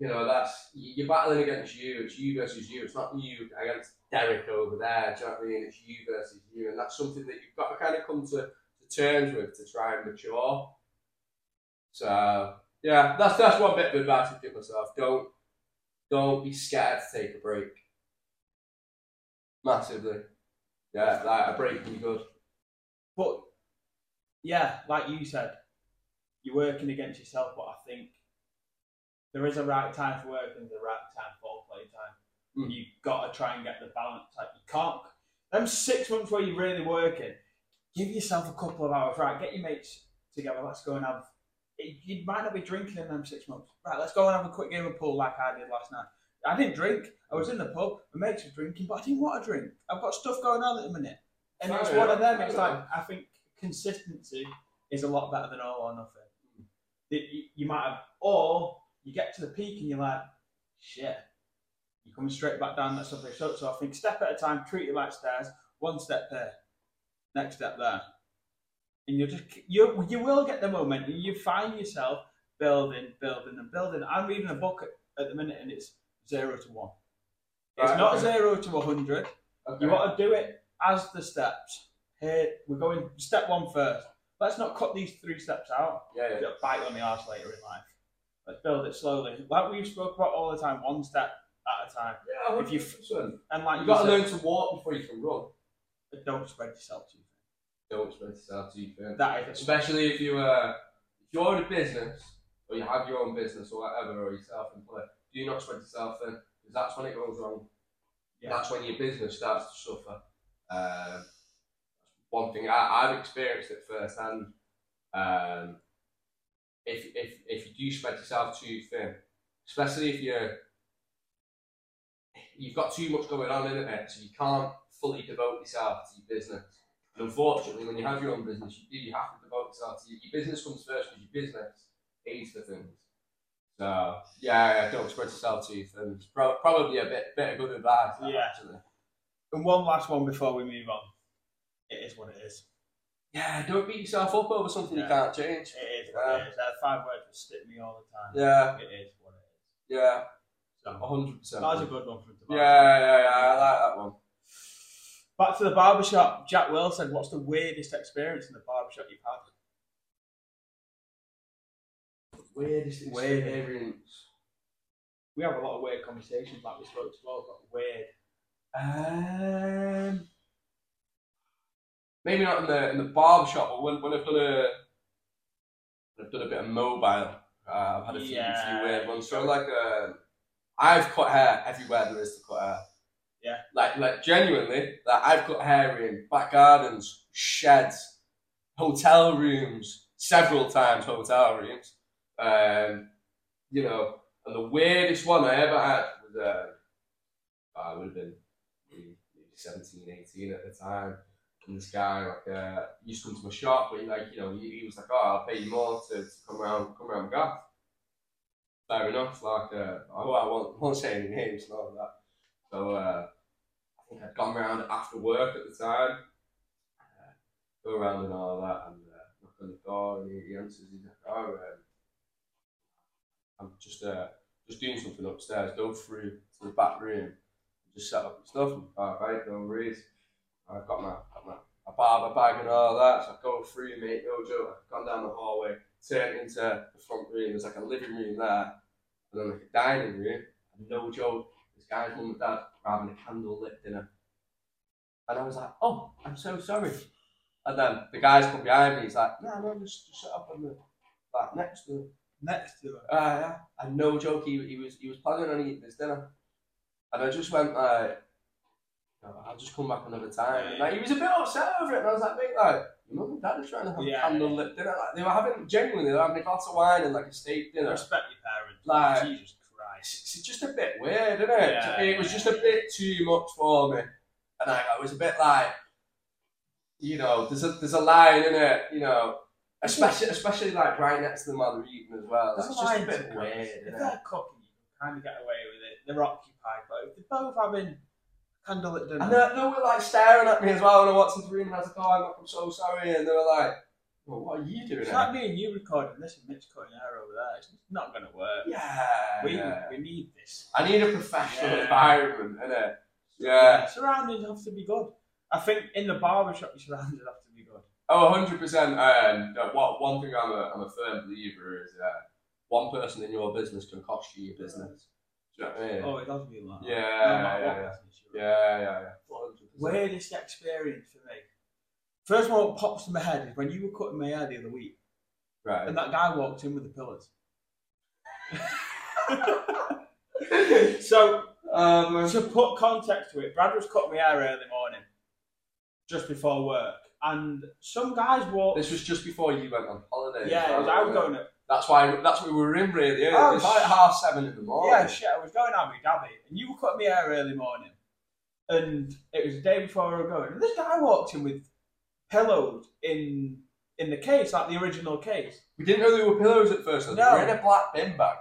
[SPEAKER 2] you know, that's you- you're battling against you. It's you versus you. It's not you against Derek over there. Do you know what I mean? It's you versus you, and that's something that you've got to kind of come to, to terms with to try and mature. So yeah, that's that's one bit of advice I'd give myself. Don't don't be scared to take a break. Massively. Yeah, like a break would be good.
[SPEAKER 1] But yeah, like you said, you're working against yourself. But I think there is a right time for work and there's a right time for all play time.
[SPEAKER 2] Mm.
[SPEAKER 1] You've got to try and get the balance. Like you can't. Them six months where you're really working, give yourself a couple of hours. Right, get your mates together. Let's go and have. You might not be drinking in them six months. Right, let's go and have a quick game of pool like I did last night. I didn't drink. I was in the pub. My mates were drinking, but I didn't want to drink. I've got stuff going on at the minute. And it's
[SPEAKER 2] Fair
[SPEAKER 1] one of
[SPEAKER 2] enough,
[SPEAKER 1] them. It's
[SPEAKER 2] fair
[SPEAKER 1] like, I think consistency is a lot better than all or nothing.
[SPEAKER 2] Mm.
[SPEAKER 1] That you, you might have, or you get to the peak and you're like, shit, you're coming straight back down that slippery slope. So I think step at a time, treat it like stairs, one step there, next step there. And you'll just, you, you will get the momentum. You find yourself building, building, and building. I'm reading a book at, at the minute and it's zero to one. It's
[SPEAKER 2] Right,
[SPEAKER 1] not
[SPEAKER 2] okay.
[SPEAKER 1] zero to a 100.
[SPEAKER 2] Okay.
[SPEAKER 1] You got to do it as the steps. Here, we're going step one first. Let's not cut these three steps out.
[SPEAKER 2] yeah,
[SPEAKER 1] It'll bite on the arse later in life. Let's build it slowly. Like we've spoke about all the time, one step at a time.
[SPEAKER 2] yeah.
[SPEAKER 1] If you-
[SPEAKER 2] you
[SPEAKER 1] And like you
[SPEAKER 2] you got to
[SPEAKER 1] said, uh,
[SPEAKER 2] learn to walk before you can run.
[SPEAKER 1] don't spread yourself too
[SPEAKER 2] Don't spread yourself too thin.
[SPEAKER 1] thin. That is
[SPEAKER 2] Especially if you uh, if you're in a business or you have your own business or whatever or you're self-employed, do not spread yourself thin because that's when it goes wrong.
[SPEAKER 1] Yeah.
[SPEAKER 2] That's when your business starts to suffer. Um, one thing I, I've experienced it firsthand. Um, if if if you do spread yourself too thin, especially if you're you've got too much going on in it, mate, so you can't fully devote yourself to your business. And unfortunately, when you have your own business, you do you have to devote yourself to your, your business comes first because your business is the things. So yeah, yeah, don't spread yourself too thin. It's pro- probably a bit bit of good advice. that,
[SPEAKER 1] Yeah.
[SPEAKER 2] Actually.
[SPEAKER 1] And one last one before we move on. It is what it is.
[SPEAKER 2] Yeah, don't beat yourself up over something
[SPEAKER 1] Yeah.
[SPEAKER 2] you can't change.
[SPEAKER 1] It is what it is. That five words that stick me all the time.
[SPEAKER 2] Yeah,
[SPEAKER 1] It is what it is.
[SPEAKER 2] yeah,
[SPEAKER 1] So,
[SPEAKER 2] hundred percent.
[SPEAKER 1] that was a good one from
[SPEAKER 2] Yeah,
[SPEAKER 1] Tobias.
[SPEAKER 2] yeah, yeah. I like that one.
[SPEAKER 1] Back to the barbershop. Jack Will said, What's the weirdest experience in the barbershop you've had?
[SPEAKER 2] Weirdest
[SPEAKER 1] Weird.
[SPEAKER 2] experience.
[SPEAKER 1] we have a lot of weird conversations like we spoke to all about weird
[SPEAKER 2] Um, maybe not in the in the barb shop, but when, when I've done a when I've done a bit of mobile. Uh, I've had a few,
[SPEAKER 1] Yeah.
[SPEAKER 2] few weird ones. So like, uh, I've cut hair everywhere there is to cut hair.
[SPEAKER 1] Yeah.
[SPEAKER 2] Like like genuinely, like I've cut hair in back gardens, sheds, hotel rooms, several times hotel rooms. Um, you know, and the weirdest one I ever had was uh, I would have been maybe 17, 18 at the time. And this guy, like, uh, he used to come to my shop, but he, like, you know, he, he was like, oh, I'll pay you more to, to come around, come around Gaff. Fair enough, like, uh, I, I won't, won't say any names and all of that. So, uh, I think I'd gone round after work at the time, uh, go around and all that, and uh, knock on the door, and he, he answers, he's like, oh, um, I'm just, uh, just doing something upstairs, go through to the back room, just set up your stuff, and all right, no worries. I've got my, got my, my barber bag and all that, so I go through, mate, no joke, I've gone down the hallway, turned into the front room, there's like a living room there, and then like a dining room, and no joke, this guy's mum and dad were having a candle lit dinner. And I was like, oh, I'm so sorry. And then the guy's come behind me, he's like, no, no, just, just sit up on the, like, next to the
[SPEAKER 1] next to it.
[SPEAKER 2] Ah, yeah. And no joke, he, he was he was planning on eating his dinner, and I just went like, "No, I'll just come back another time. And, like he was a bit upset over it, and I was like, mate, like your mum and dad are trying to have
[SPEAKER 1] Yeah.
[SPEAKER 2] a candle lit dinner. Like they were having genuinely, they were having a glass of wine and like a steak dinner.
[SPEAKER 1] Respect your parents.
[SPEAKER 2] Like-
[SPEAKER 1] Jesus Christ.
[SPEAKER 2] It's, it's just a bit weird, isn't it?
[SPEAKER 1] Yeah.
[SPEAKER 2] It was just a bit too much for me, and I, I was a bit like, you know, there's a there's a line in it, you know. Especially, especially like right next to them while they're eating as well.
[SPEAKER 1] There's
[SPEAKER 2] It's
[SPEAKER 1] a
[SPEAKER 2] just a
[SPEAKER 1] line
[SPEAKER 2] bit
[SPEAKER 1] to it.
[SPEAKER 2] weird.
[SPEAKER 1] If
[SPEAKER 2] innit?
[SPEAKER 1] they're cooking, you kind of get away with it. They're occupied, but if they're both having candlelit dinner.
[SPEAKER 2] And they, they were like staring at me as well when I walked into the room and I was like, oh, I'm, I'm so sorry. And they were like, well, what are you doing?
[SPEAKER 1] It's
[SPEAKER 2] here?
[SPEAKER 1] like me and you recording this and Mitch cutting hair over there. It's not going to work.
[SPEAKER 2] yeah.
[SPEAKER 1] We, we need this.
[SPEAKER 2] I need a professional
[SPEAKER 1] Yeah.
[SPEAKER 2] environment, innit? Yeah.
[SPEAKER 1] Surroundings have to be good. I think in the barber shop, your surroundings have to be good.
[SPEAKER 2] Oh, 100%. And uh, well, one thing I'm a, I'm a firm believer is uh, one person in your business can cost you your business. Do you know what I mean?
[SPEAKER 1] Oh, it has been like that.
[SPEAKER 2] Yeah,
[SPEAKER 1] No matter what
[SPEAKER 2] yeah,
[SPEAKER 1] business you're in.
[SPEAKER 2] Yeah, yeah, yeah. 100%.
[SPEAKER 1] Weirdest experience for me. First one that pops to my head is when you were cutting my hair the other week,
[SPEAKER 2] Right.
[SPEAKER 1] and that guy walked in with the pillars. *laughs* So
[SPEAKER 2] um,
[SPEAKER 1] to put context to it, Brad was cutting my hair early morning, just before work, and some guys walked.
[SPEAKER 2] this was just before you went on holiday.
[SPEAKER 1] Yeah, it was- I was going. to-
[SPEAKER 2] That's why. That's what we were in really. early.
[SPEAKER 1] Oh,
[SPEAKER 2] it was like
[SPEAKER 1] sh-
[SPEAKER 2] half seven in the morning.
[SPEAKER 1] Yeah, shit, I was going out with Dabby, and you were cutting my hair early morning, and it was the day before we were going, and this guy walked in with pillows in in the case, like the original case.
[SPEAKER 2] we didn't know there were pillows at first.
[SPEAKER 1] No.
[SPEAKER 2] They were in a black bin bag.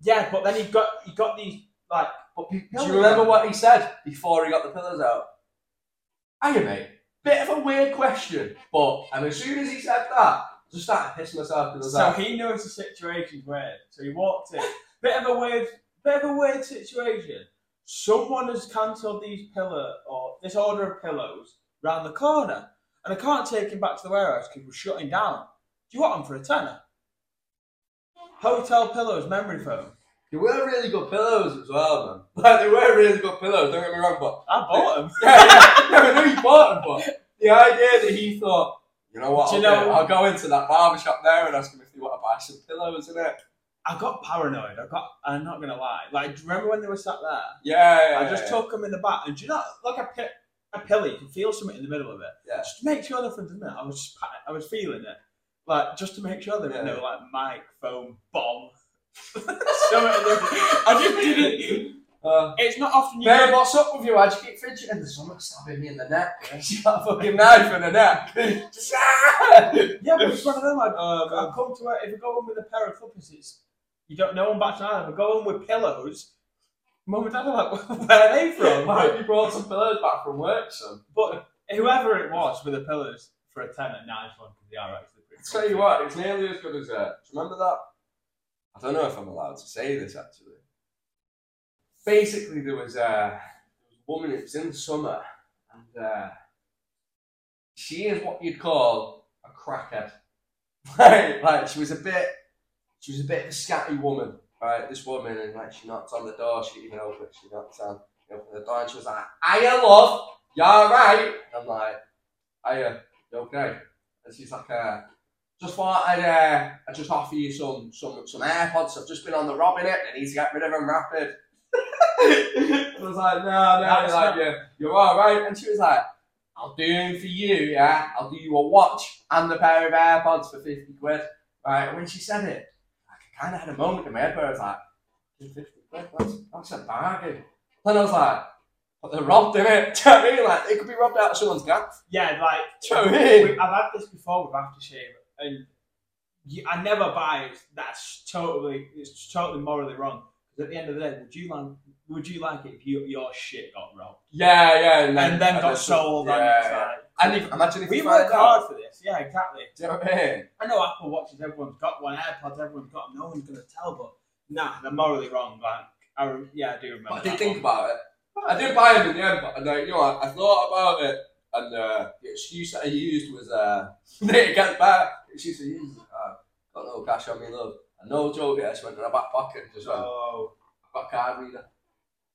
[SPEAKER 1] Yeah, but then he got he got these like.
[SPEAKER 2] But do
[SPEAKER 1] pillows
[SPEAKER 2] you remember
[SPEAKER 1] out.
[SPEAKER 2] what he said before he got the pillows out? Hiya, mate. Bit of a weird question, but and as soon as he said that, I just started pissing myself because I was
[SPEAKER 1] So
[SPEAKER 2] like,
[SPEAKER 1] he knows the situation's weird. So he walked in. Bit of a weird, bit of a weird situation. Someone has cancelled these pillow or this order of pillows round the corner, and I can't take him back to the warehouse because we're shutting down. Do you want them for a tenner? Hotel pillows, memory foam.
[SPEAKER 2] they were really good pillows as well, man. *laughs* Like they were really good pillows. Don't get me wrong, but *laughs*
[SPEAKER 1] I bought them.
[SPEAKER 2] yeah, yeah. No, I know you bought them, but the idea that he thought, you know what,
[SPEAKER 1] Do
[SPEAKER 2] I'll,
[SPEAKER 1] you
[SPEAKER 2] go,
[SPEAKER 1] know-
[SPEAKER 2] I'll go into that barber shop there and ask him if they want to buy some pillows in it.
[SPEAKER 1] I got paranoid. I got. I'm not gonna lie. Like, do you remember when they were sat there?
[SPEAKER 2] Yeah, yeah,
[SPEAKER 1] I just
[SPEAKER 2] yeah.
[SPEAKER 1] took them in the back, and do you know, like a pi a pillow, you can feel something in the middle of it.
[SPEAKER 2] Yeah.
[SPEAKER 1] Just to make sure they're from the middle. I was, just pat- I was feeling it, like just to make sure they
[SPEAKER 2] Yeah.
[SPEAKER 1] were no like microphone bomb. *laughs* so I just didn't.
[SPEAKER 2] Uh,
[SPEAKER 1] It's not often you.
[SPEAKER 2] Mate, what's up with you? Why'd you keep fidgeting? There's someone stabbing me in the *laughs* neck. She's got a fucking knife in the *laughs* neck. Just, ah!
[SPEAKER 1] yeah, but it's one of them. I,
[SPEAKER 2] Uh,
[SPEAKER 1] I come to it if I go in with a pair of clippers, it's you don't know them back to either. If I go in with pillows, mum and dad are like, *laughs* where are they from?
[SPEAKER 2] Mate, you brought some pillows back from work, son.
[SPEAKER 1] But whoever it was with the pillows for a tenner, nice one because they are actually pretty.
[SPEAKER 2] Tell you what, it's nearly as good as that. Remember that? I don't know if I'm allowed to say this actually. Basically, there was a, there was a woman. It was in the summer, and uh, she is what you'd call a crackhead. *laughs* Right, like she was a bit, she was a bit of a scatty woman. Right, this woman, and like she knocked on the door. She didn't even open it. She knocked on, opened the door, and she was like, "Hiya, love, you alright?" I'm like, "Hiya, you okay?" And she's like, uh, just thought I'd, uh, I'd just offer you some some some AirPods. I've just been on the rob in it. I need to get rid of them rapid. *laughs* I was like, no, no,
[SPEAKER 1] That's
[SPEAKER 2] like,
[SPEAKER 1] not-
[SPEAKER 2] yeah, you're all right. And she was like, I'll do them for you, yeah. I'll do you a watch and the pair of AirPods for 50 quid. Right, and when she said it, I kind of had a moment in my head where I was like, 50 quid, that's, that's a bargain. Then I was like, but they're robbed, innit? *laughs* Do you know what I mean? Like, they could be robbed out of someone's gaff.
[SPEAKER 1] Yeah, like
[SPEAKER 2] Do you know what I mean?
[SPEAKER 1] we- I've had this before with aftershave, and you, I never buy it. That's totally it's totally morally wrong. Because at the end of the day, would you like would you like it if you, your shit got robbed
[SPEAKER 2] Yeah, yeah.
[SPEAKER 1] and, then got sold?
[SPEAKER 2] Yeah,
[SPEAKER 1] and it's
[SPEAKER 2] yeah.
[SPEAKER 1] like-
[SPEAKER 2] And if, imagine if
[SPEAKER 1] we
[SPEAKER 2] you find
[SPEAKER 1] work
[SPEAKER 2] out.
[SPEAKER 1] hard for this. Yeah, exactly.
[SPEAKER 2] Do you know what I mean?
[SPEAKER 1] I know Apple watches. Everyone's got one. AirPods. Everyone's got. 'em, No one's gonna tell, but nah, they're morally wrong. Like, I, rem- yeah, I do remember.
[SPEAKER 2] But I did
[SPEAKER 1] that
[SPEAKER 2] think
[SPEAKER 1] one.
[SPEAKER 2] about it. I did buy them in the end, but I know, you know, what, I thought about it, and uh, the excuse that I used was, uh, *laughs* it gets back. The excuse I used was, uh, got no cash on me, love. And no joke, it just went in my back pocket and just went,
[SPEAKER 1] Oh,
[SPEAKER 2] got a card reader.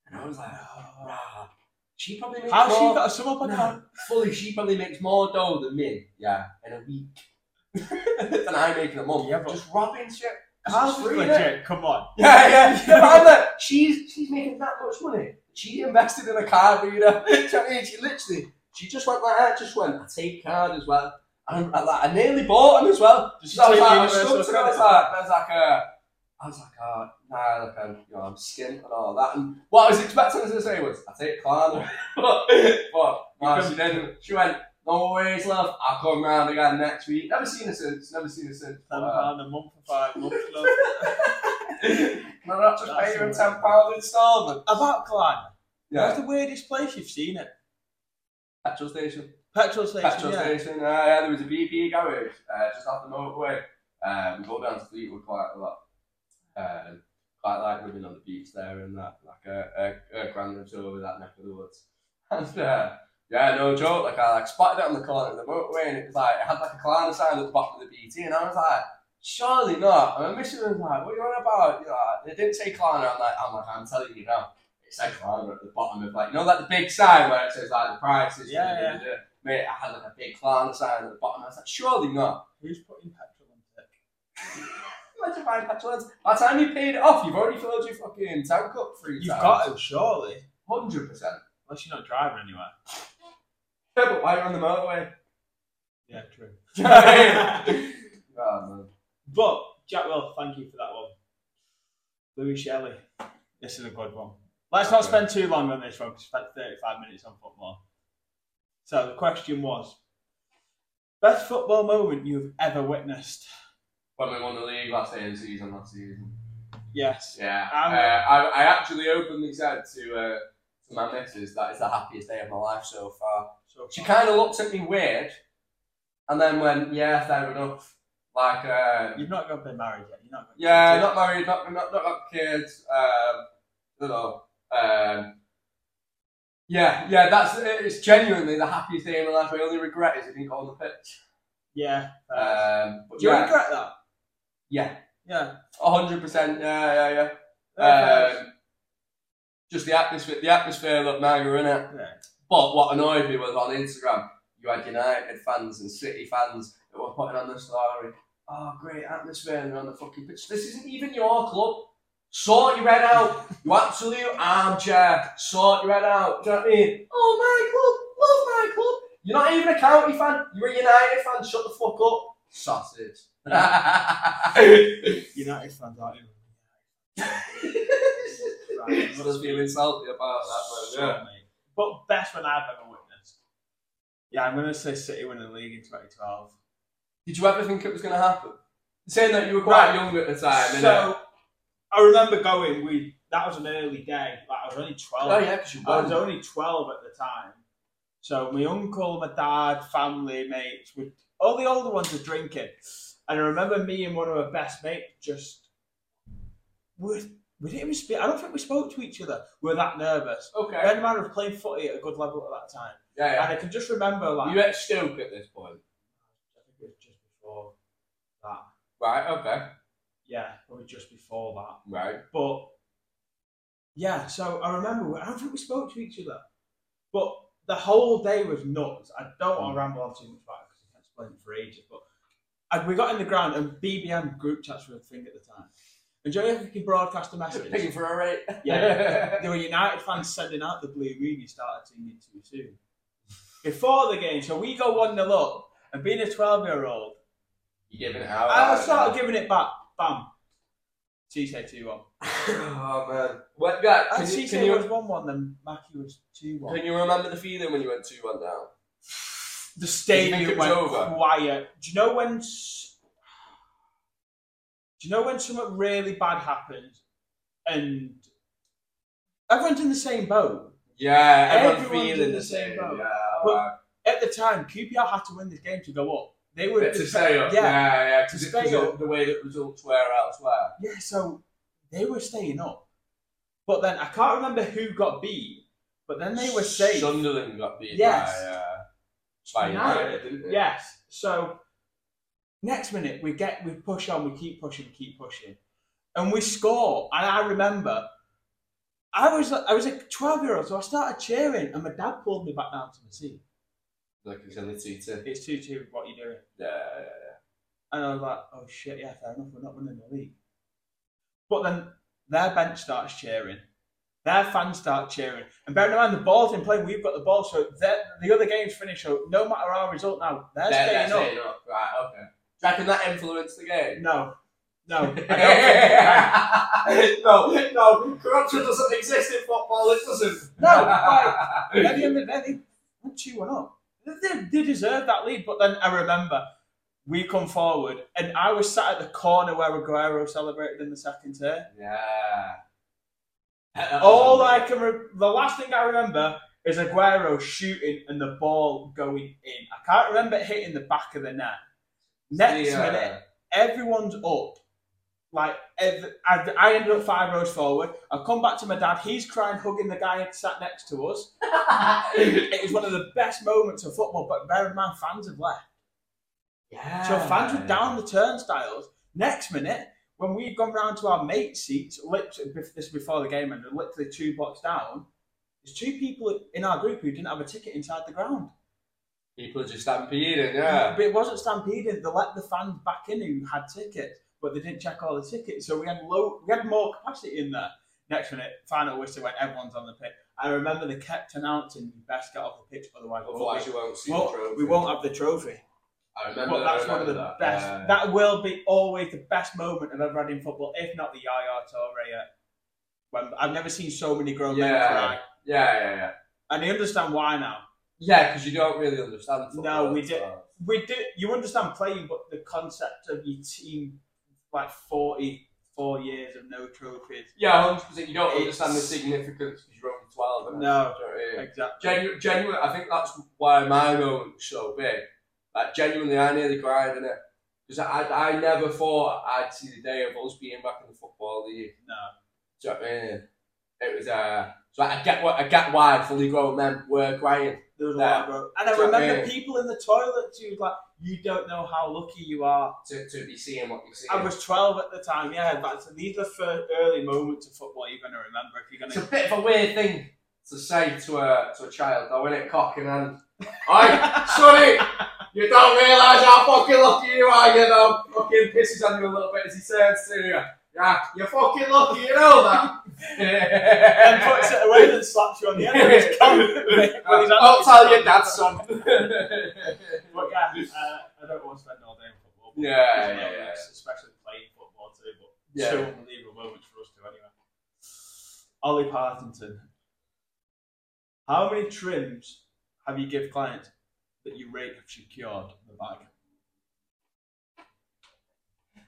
[SPEAKER 2] And I was like, oh, rah. She probably
[SPEAKER 1] *sighs*
[SPEAKER 2] makes
[SPEAKER 1] how she
[SPEAKER 2] more,
[SPEAKER 1] got a sum up
[SPEAKER 2] No.
[SPEAKER 1] account?
[SPEAKER 2] fully, she probably makes more dough than me, yeah, in a week. *laughs* than I make in a month.
[SPEAKER 1] Yeah, but-
[SPEAKER 2] just robbing shit. It's
[SPEAKER 1] How's
[SPEAKER 2] just
[SPEAKER 1] this
[SPEAKER 2] free, innit?
[SPEAKER 1] legit? Come on.
[SPEAKER 2] Yeah, yeah. *laughs* yeah. but I'm like, she's she's making that much money. She invested in a card reader. Do you know *laughs* what I mean? She literally, she just went like that. Just went, I take card as well. And I, like, I nearly bought them as well.
[SPEAKER 1] Did she
[SPEAKER 2] So I was
[SPEAKER 1] take
[SPEAKER 2] like, I was
[SPEAKER 1] universal
[SPEAKER 2] stuck to it. I was
[SPEAKER 1] credit?
[SPEAKER 2] like, I was like, uh, I was like, oh, nah, look, I'm, you know, I'm skint and all that. And what I was expecting her to say was, I take card, *laughs* but, but no,
[SPEAKER 1] Because-
[SPEAKER 2] she didn't. She went, always love. I'll come round again next week. Never seen her since. Never seen her since.
[SPEAKER 1] Ten
[SPEAKER 2] Wow.
[SPEAKER 1] pound a month for five months. love.
[SPEAKER 2] *laughs* Can I not just
[SPEAKER 1] That's
[SPEAKER 2] pay her a
[SPEAKER 1] amazing.
[SPEAKER 2] ten pound instalment?
[SPEAKER 1] *laughs* About Glen,
[SPEAKER 2] Yeah.
[SPEAKER 1] where's the weirdest place you've seen it?
[SPEAKER 2] Petrol station.
[SPEAKER 1] Petrol station.
[SPEAKER 2] Petrol
[SPEAKER 1] yeah.
[SPEAKER 2] station. Uh, yeah, there was a BP garage uh, just off the motorway. Uh, we go down to Fleetwood quite a lot. Um, quite like living on the beach there and that, like a, a, a grand lives over that neck of the woods. And uh, yeah, no joke. Like I like spotted it on the corner of the motorway, and it was like it had like a climber sign at the bottom of the BT, and I was like. Surely not. And my mission was like, what are you on about? You know, like, they didn't say Klarna. I'm like, I'm like, I'm telling you now. It said Klarna at the bottom of like, you know, like the big sign where it says like the prices.
[SPEAKER 1] Yeah,
[SPEAKER 2] da, da, da, da. Mate, I had like a big Klarna sign at the bottom. I was like, surely not.
[SPEAKER 1] Who's putting petrol in it?
[SPEAKER 2] Imagine buying petrol. By the time you paid it off, you've already filled your fucking tank up three
[SPEAKER 1] You've
[SPEAKER 2] times.
[SPEAKER 1] got to, surely.
[SPEAKER 2] hundred percent.
[SPEAKER 1] Unless you're not driving anywhere.
[SPEAKER 2] Yeah, but while you're on
[SPEAKER 1] *laughs*
[SPEAKER 2] the motorway. *laughs*
[SPEAKER 1] Yeah, true.
[SPEAKER 2] oh man.
[SPEAKER 1] But, Jack Will, thank you for that one. Louis Shelley. This is a good one. Let's not
[SPEAKER 2] Okay.
[SPEAKER 1] spend too long on this one because we spent 35 minutes on football. So the question was Best football moment you've ever witnessed?
[SPEAKER 2] When we won the league last day of the season, last season.
[SPEAKER 1] Yes.
[SPEAKER 2] Yeah,
[SPEAKER 1] Um,
[SPEAKER 2] uh, I, I actually openly said to uh, to my missus that is the happiest day of my life so far.
[SPEAKER 1] So
[SPEAKER 2] She
[SPEAKER 1] far.
[SPEAKER 2] kind of looked at me weird, and then went, "Yeah, fair enough." Like, uh,
[SPEAKER 1] You've not got been married yet. You're not got
[SPEAKER 2] yeah, not married, not not not got kids. Um, you know, um, yeah, yeah. That's it's genuinely the happiest day of my life. My only regret is I didn't go on the pitch.
[SPEAKER 1] Yeah. fair.
[SPEAKER 2] Um, but
[SPEAKER 1] Do you
[SPEAKER 2] yeah,
[SPEAKER 1] regret that?
[SPEAKER 2] yeah,
[SPEAKER 1] Yeah.
[SPEAKER 2] hundred percent. Yeah, yeah, yeah.
[SPEAKER 1] Fair
[SPEAKER 2] Um, just the atmosphere, the atmosphere looked mega in it.
[SPEAKER 1] play. yeah.
[SPEAKER 2] But what annoyed me was on Instagram, you had United fans and City fans that were putting on the story. Oh, great atmosphere! And they're on the fucking pitch. This isn't even your club. Sort your head out, you absolute armchair. Sort your head out. Do you know what I mean? Oh, my club, love my club. You're not even a county fan. You're a United fan. Shut the fuck up. Sausage. *laughs*
[SPEAKER 1] United fans aren't even. Right,
[SPEAKER 2] Right, must feel insulted about that,
[SPEAKER 1] So,
[SPEAKER 2] man. Yeah.
[SPEAKER 1] mate. But best one I've ever witnessed. Yeah, I'm gonna say City winning the league in 2012.
[SPEAKER 2] Did you ever think it was going to happen? Saying that you were quite
[SPEAKER 1] Right.
[SPEAKER 2] young at the time, innit?
[SPEAKER 1] so I remember going. We that was an early day. Like I was only 12.
[SPEAKER 2] oh yeah, because you
[SPEAKER 1] I was
[SPEAKER 2] won.
[SPEAKER 1] only 12 at the time. So my uncle, my dad, family, mates, we, all the older ones are drinking. And I remember me and one of my best mates just we, we didn't even speak. I don't think we spoke to each other. We were that nervous.
[SPEAKER 2] Okay.
[SPEAKER 1] Bear in mind, I was playing footy at a good level at that time.
[SPEAKER 2] Yeah,
[SPEAKER 1] And I can just remember
[SPEAKER 2] yeah.
[SPEAKER 1] like
[SPEAKER 2] You at Stoke at this point,
[SPEAKER 1] I think it was just before that.
[SPEAKER 2] right? Okay,
[SPEAKER 1] Yeah, probably just before that.
[SPEAKER 2] right.
[SPEAKER 1] But yeah, so I remember we- I don't think we spoke to each other, but the whole day was nuts. I don't want to ramble on too much about it because I can't explain it for ages. But and we got in the ground and BBM group chats were a thing at the time. And Joey if you can broadcast a
[SPEAKER 2] Picking
[SPEAKER 1] message.
[SPEAKER 2] for a *laughs* rate.
[SPEAKER 1] Yeah. There were United fans sending out the blue moon you started singing too soon. Before the game, so we go 1 0 up, and being a 12 year old,
[SPEAKER 2] you giving it out.
[SPEAKER 1] I
[SPEAKER 2] aren't
[SPEAKER 1] was sort of
[SPEAKER 2] *laughs* you?
[SPEAKER 1] giving it back. Bam. She said 2 1.
[SPEAKER 2] oh man. What? Yeah.
[SPEAKER 1] And
[SPEAKER 2] Can
[SPEAKER 1] she
[SPEAKER 2] you,
[SPEAKER 1] said
[SPEAKER 2] can
[SPEAKER 1] was
[SPEAKER 2] you
[SPEAKER 1] 1 1, then Mackie was 2 1.
[SPEAKER 2] can you remember the feeling when you went two one down?
[SPEAKER 1] The
[SPEAKER 2] Do you think
[SPEAKER 1] stadium
[SPEAKER 2] it
[SPEAKER 1] went
[SPEAKER 2] was over?
[SPEAKER 1] quiet. Do you know when. s- Do you know when something really bad happens and everyone's in the same boat?
[SPEAKER 2] Yeah, everyone
[SPEAKER 1] Everyone's
[SPEAKER 2] feeling
[SPEAKER 1] in
[SPEAKER 2] the
[SPEAKER 1] the same
[SPEAKER 2] same.
[SPEAKER 1] boat.
[SPEAKER 2] Yeah,
[SPEAKER 1] But-
[SPEAKER 2] alright.
[SPEAKER 1] At the time, QPR had to win this game to go up. They were
[SPEAKER 2] Bit to stay up.
[SPEAKER 1] Yeah.
[SPEAKER 2] Yeah, yeah.
[SPEAKER 1] To
[SPEAKER 2] Because
[SPEAKER 1] stay up.
[SPEAKER 2] the way that results were elsewhere.
[SPEAKER 1] Yeah, so they were staying up. But then I can't remember who got beat, but then they were safe.
[SPEAKER 2] Sunderland got beat.
[SPEAKER 1] Yes.
[SPEAKER 2] By, uh, by
[SPEAKER 1] United.
[SPEAKER 2] United, didn't they?
[SPEAKER 1] Yes. So next minute we get we push on, we keep pushing, we keep pushing, and we score. And I remember, I was I was a twelve year old, so I started cheering, and my dad pulled me back down to the seat.
[SPEAKER 2] Like it's only two uh, two.
[SPEAKER 1] It's two two. What are you doing?
[SPEAKER 2] Yeah, yeah, yeah.
[SPEAKER 1] And I was like, oh shit, yeah, fair enough. We're not winning the league. But then their bench starts cheering. Their fans start cheering. And bearing in mind, the ball's in play, we've got the ball, so their- the other game's finished. So no matter our result now, they're,
[SPEAKER 2] They're- they're
[SPEAKER 1] staying up.
[SPEAKER 2] staying up. Right, okay. Do you reckon that influenced
[SPEAKER 1] *laughs*
[SPEAKER 2] the game? *laughs*
[SPEAKER 1] No, no, I don't think it can.
[SPEAKER 2] *laughs* no, no. Corruption doesn't exist in football. It doesn't.
[SPEAKER 1] No, right. At the end of the day, they went 2 1 up. They, they deserved that lead, but then I remember we come forward, and I was sat at the corner where Aguero celebrated in the second tier.
[SPEAKER 2] Yeah.
[SPEAKER 1] All I can, re- the last thing I remember is Aguero shooting and the ball going in. I can't remember it hitting the back of the net. Next
[SPEAKER 2] Yeah.
[SPEAKER 1] minute, everyone's up. Like, ev- I, I ended up five rows forward. I come back to my dad. He's crying, hugging the guy sat next to us. It was one of the best moments of football. But bear in mind, fans have left.
[SPEAKER 2] Ah, yeah.
[SPEAKER 1] So fans were down the turnstiles. Next minute, when we'd gone round to our mate seats, literally, bef- this is before the game ended, literally two blocks down, there's two people in our group who didn't have a ticket inside the ground.
[SPEAKER 2] People are just stampeding, yeah.
[SPEAKER 1] But it wasn't stampeding. They let the fans back in who had tickets, but they didn't check all the tickets. So we had low, we had more capacity in there. Next minute, final whistle went. Everyone's on the pitch. I remember they kept announcing, "You best get off the pitch, otherwise, we'll-
[SPEAKER 2] Otherwise, you won't see the
[SPEAKER 1] Mm. well,
[SPEAKER 2] trophy.
[SPEAKER 1] we won't have the trophy."
[SPEAKER 2] I remember
[SPEAKER 1] But that's
[SPEAKER 2] I
[SPEAKER 1] one of
[SPEAKER 2] remember
[SPEAKER 1] the
[SPEAKER 2] that.
[SPEAKER 1] best.
[SPEAKER 2] Yeah.
[SPEAKER 1] That will be always the best moment I've ever had in football, if not the Yaya Toure. at When I've never seen so many grown men
[SPEAKER 2] Yeah.
[SPEAKER 1] cry,
[SPEAKER 2] yeah, yeah, yeah.
[SPEAKER 1] and I understand why now.
[SPEAKER 2] Yeah, because you don't really understand football.
[SPEAKER 1] No, we did-
[SPEAKER 2] so-
[SPEAKER 1] We do. You understand playing, but the concept of your team, like forty-four years of no trophies.
[SPEAKER 2] Yeah, hundred percent. You don't understand the
[SPEAKER 1] It's-
[SPEAKER 2] significance because you're only twelve. and
[SPEAKER 1] No.
[SPEAKER 2] Yeah.
[SPEAKER 1] Exactly.
[SPEAKER 2] Genu- genuine. I think that's why my moment's so big. Like genuinely, I nearly cried in it because I, I I never thought I'd see the day of us being back in the football league.
[SPEAKER 1] No.
[SPEAKER 2] Do you know what I mean? It was uh. So I get what I get why fully grown men were crying.
[SPEAKER 1] There was a
[SPEAKER 2] Yeah.
[SPEAKER 1] lot, bro. And I
[SPEAKER 2] Do you know what I
[SPEAKER 1] remember
[SPEAKER 2] mean?
[SPEAKER 1] people in the toilet too, like you don't know how lucky you are.
[SPEAKER 2] to, to be seeing what you're seeing.
[SPEAKER 1] I was twelve at the time. Yeah, that's, these are the fir- early moments of football you're going to remember if you're going
[SPEAKER 2] it's
[SPEAKER 1] to
[SPEAKER 2] a bit of a weird thing to say to a to a child though, isn't it? Cock in hand.
[SPEAKER 1] *laughs*
[SPEAKER 2] Oi, sonny, you don't realise how fucking lucky you are, you know. Fucking pisses on you a little bit as he turns to you. Yeah, you're fucking lucky, you know that.
[SPEAKER 1] and
[SPEAKER 2] *laughs*
[SPEAKER 1] puts it away and slaps you on the head. with his cock. With his hand
[SPEAKER 2] I'll
[SPEAKER 1] on
[SPEAKER 2] tell
[SPEAKER 1] his
[SPEAKER 2] your dad,
[SPEAKER 1] *laughs*
[SPEAKER 2] son.
[SPEAKER 1] cock. But yeah, uh, I don't want to spend all day on football. but
[SPEAKER 2] Yeah,
[SPEAKER 1] there's
[SPEAKER 2] yeah,
[SPEAKER 1] moments, Especially playing football too, but
[SPEAKER 2] Yeah.
[SPEAKER 1] two unbelievable moments for us too anyway. Ollie Partington. How many trims have you give clients that you rate have secured the bag?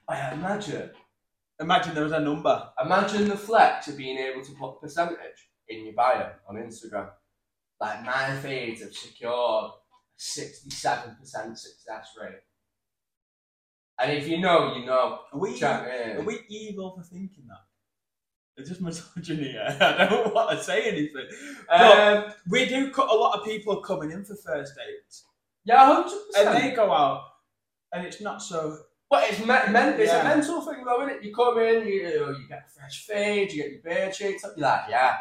[SPEAKER 2] I imagine.
[SPEAKER 1] Imagine there was a number.
[SPEAKER 2] Imagine the flex of being able to put percentage in your bio on Instagram. Like my fades have secured a 67% success rate. And if you know, you know.
[SPEAKER 1] Are we,
[SPEAKER 2] Chat,
[SPEAKER 1] are
[SPEAKER 2] yeah.
[SPEAKER 1] we evil for thinking that? It's just misogyny. *laughs* I don't want to say anything. But-
[SPEAKER 2] Um,
[SPEAKER 1] We do cut a lot of people coming in for first dates,
[SPEAKER 2] yeah, 100%.
[SPEAKER 1] and they go out, and it's not so.
[SPEAKER 2] But it's, me- men- it's
[SPEAKER 1] Yeah.
[SPEAKER 2] a mental thing though, is it? You come in, you, you, know, you get a fresh fade, you get your beard shaped up, you're like, yeah,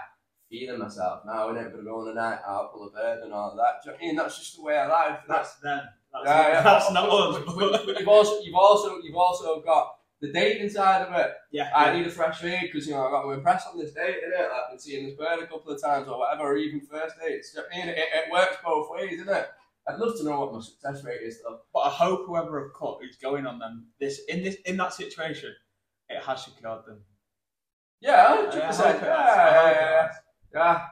[SPEAKER 2] feeling myself now, innit? Gonna go on a night out, pull a bird and all that. Do you know what I mean? That's just the way of life. That's
[SPEAKER 1] That's them. That's,
[SPEAKER 2] Yeah, yeah.
[SPEAKER 1] that's not us.
[SPEAKER 2] *laughs* But- but- but you've also you've also you've also got the dating side of it.
[SPEAKER 1] *laughs* yeah,
[SPEAKER 2] I need a fresh fade because you know I got to impress on this date, innit? Like, I've been seeing this bird a couple of times or whatever, or even first dates. Do you know what I mean? It, it works both ways, innit? I'd love to know what my success rate is though.
[SPEAKER 1] but I hope whoever have cut who's going on them this in this in that situation, it has secured them.
[SPEAKER 2] Yeah,
[SPEAKER 1] I
[SPEAKER 2] hundred
[SPEAKER 1] hope
[SPEAKER 2] percent.
[SPEAKER 1] it has.
[SPEAKER 2] Yeah,
[SPEAKER 1] I hope
[SPEAKER 2] yeah,
[SPEAKER 1] it
[SPEAKER 2] yeah.
[SPEAKER 1] has.
[SPEAKER 2] yeah.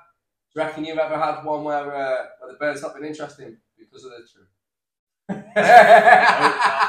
[SPEAKER 2] Do you reckon you've ever had one where, uh, where the bird's not been interesting because of the *laughs* truth? *laughs*
[SPEAKER 1] I-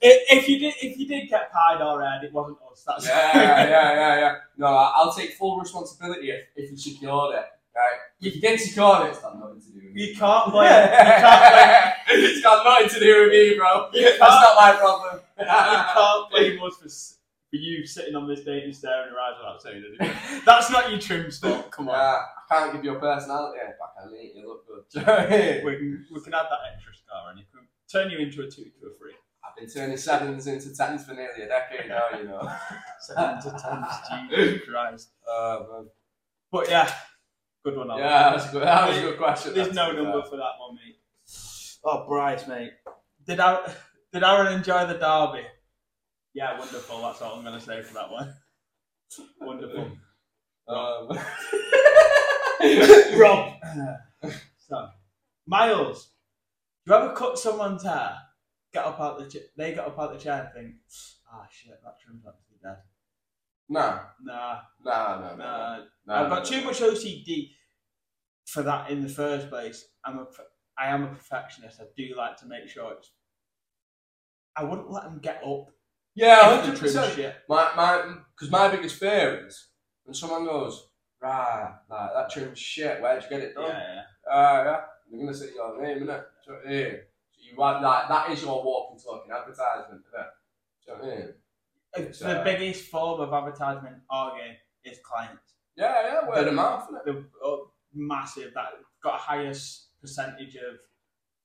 [SPEAKER 1] If you did, if you did get pied or red, it wasn't us. That's *laughs*
[SPEAKER 2] *laughs* yeah, yeah, yeah, yeah. No, I- I'll take full responsibility if, if you secured it. Right? If you did secure it, it's got nothing to do with me.
[SPEAKER 1] You
[SPEAKER 2] *laughs*
[SPEAKER 1] can't blame. You can't
[SPEAKER 2] it's got nothing to do with me, bro.
[SPEAKER 1] blame. You
[SPEAKER 2] That's
[SPEAKER 1] can't,
[SPEAKER 2] not my problem.
[SPEAKER 1] *laughs* you can't blame us for, s- for you sitting on this date and staring her eyes without saying anything. That's not your trim spot. Come on.
[SPEAKER 2] Yeah, I can't give you a personality. I can make you look good. *laughs* Do you know what I mean?
[SPEAKER 1] we can we can add that extra star and it can turn you into a two to a three.
[SPEAKER 2] I've been turning sevens into tens for nearly a decade now,
[SPEAKER 1] *laughs*
[SPEAKER 2] you know.
[SPEAKER 1] Seven to ten, *laughs* Jesus Christ.
[SPEAKER 2] Uh,
[SPEAKER 1] But yeah, good one.
[SPEAKER 2] but-
[SPEAKER 1] Alan.
[SPEAKER 2] yeah, that's a good, that was a good question.
[SPEAKER 1] there's no
[SPEAKER 2] That's a good
[SPEAKER 1] number for that one, mate. Oh, Bryce, mate. Did Aaron, *laughs* did Aaron enjoy the derby? Yeah, wonderful. That's all I'm going to say for that one. *laughs* Wonderful.
[SPEAKER 2] Um, *laughs*
[SPEAKER 1] *laughs* Rob. so, Miles, you ever cut someone's hair? Get up out the chair. They got up out the chair and think, ah, shit, that trim's actually dead.
[SPEAKER 2] no,
[SPEAKER 1] Nah,
[SPEAKER 2] no, no, no, no.
[SPEAKER 1] nah,
[SPEAKER 2] no
[SPEAKER 1] Uh, I've got
[SPEAKER 2] no,
[SPEAKER 1] too
[SPEAKER 2] no.
[SPEAKER 1] much OCD for that in the first place. I'm a, I am a perfectionist. I do like to make sure it's. I wouldn't let them get up.
[SPEAKER 2] Yeah,
[SPEAKER 1] if they trim
[SPEAKER 2] hundred percent.
[SPEAKER 1] shit.
[SPEAKER 2] My my, because my biggest fear is when someone goes, right, like that trim's shit. Where'd you get it
[SPEAKER 1] Yeah,
[SPEAKER 2] done?
[SPEAKER 1] yeah.
[SPEAKER 2] Uh, yeah, they're gonna say your name, innit? Do you know what I mean? So you want that? That is your walking, talking advertisement, innit? Do you know what I mean?
[SPEAKER 1] It's
[SPEAKER 2] uh,
[SPEAKER 1] the biggest form of advertisement arguing is clients.
[SPEAKER 2] Yeah, yeah, word of mouth, innit?
[SPEAKER 1] The uh, massive that got a highest percentage of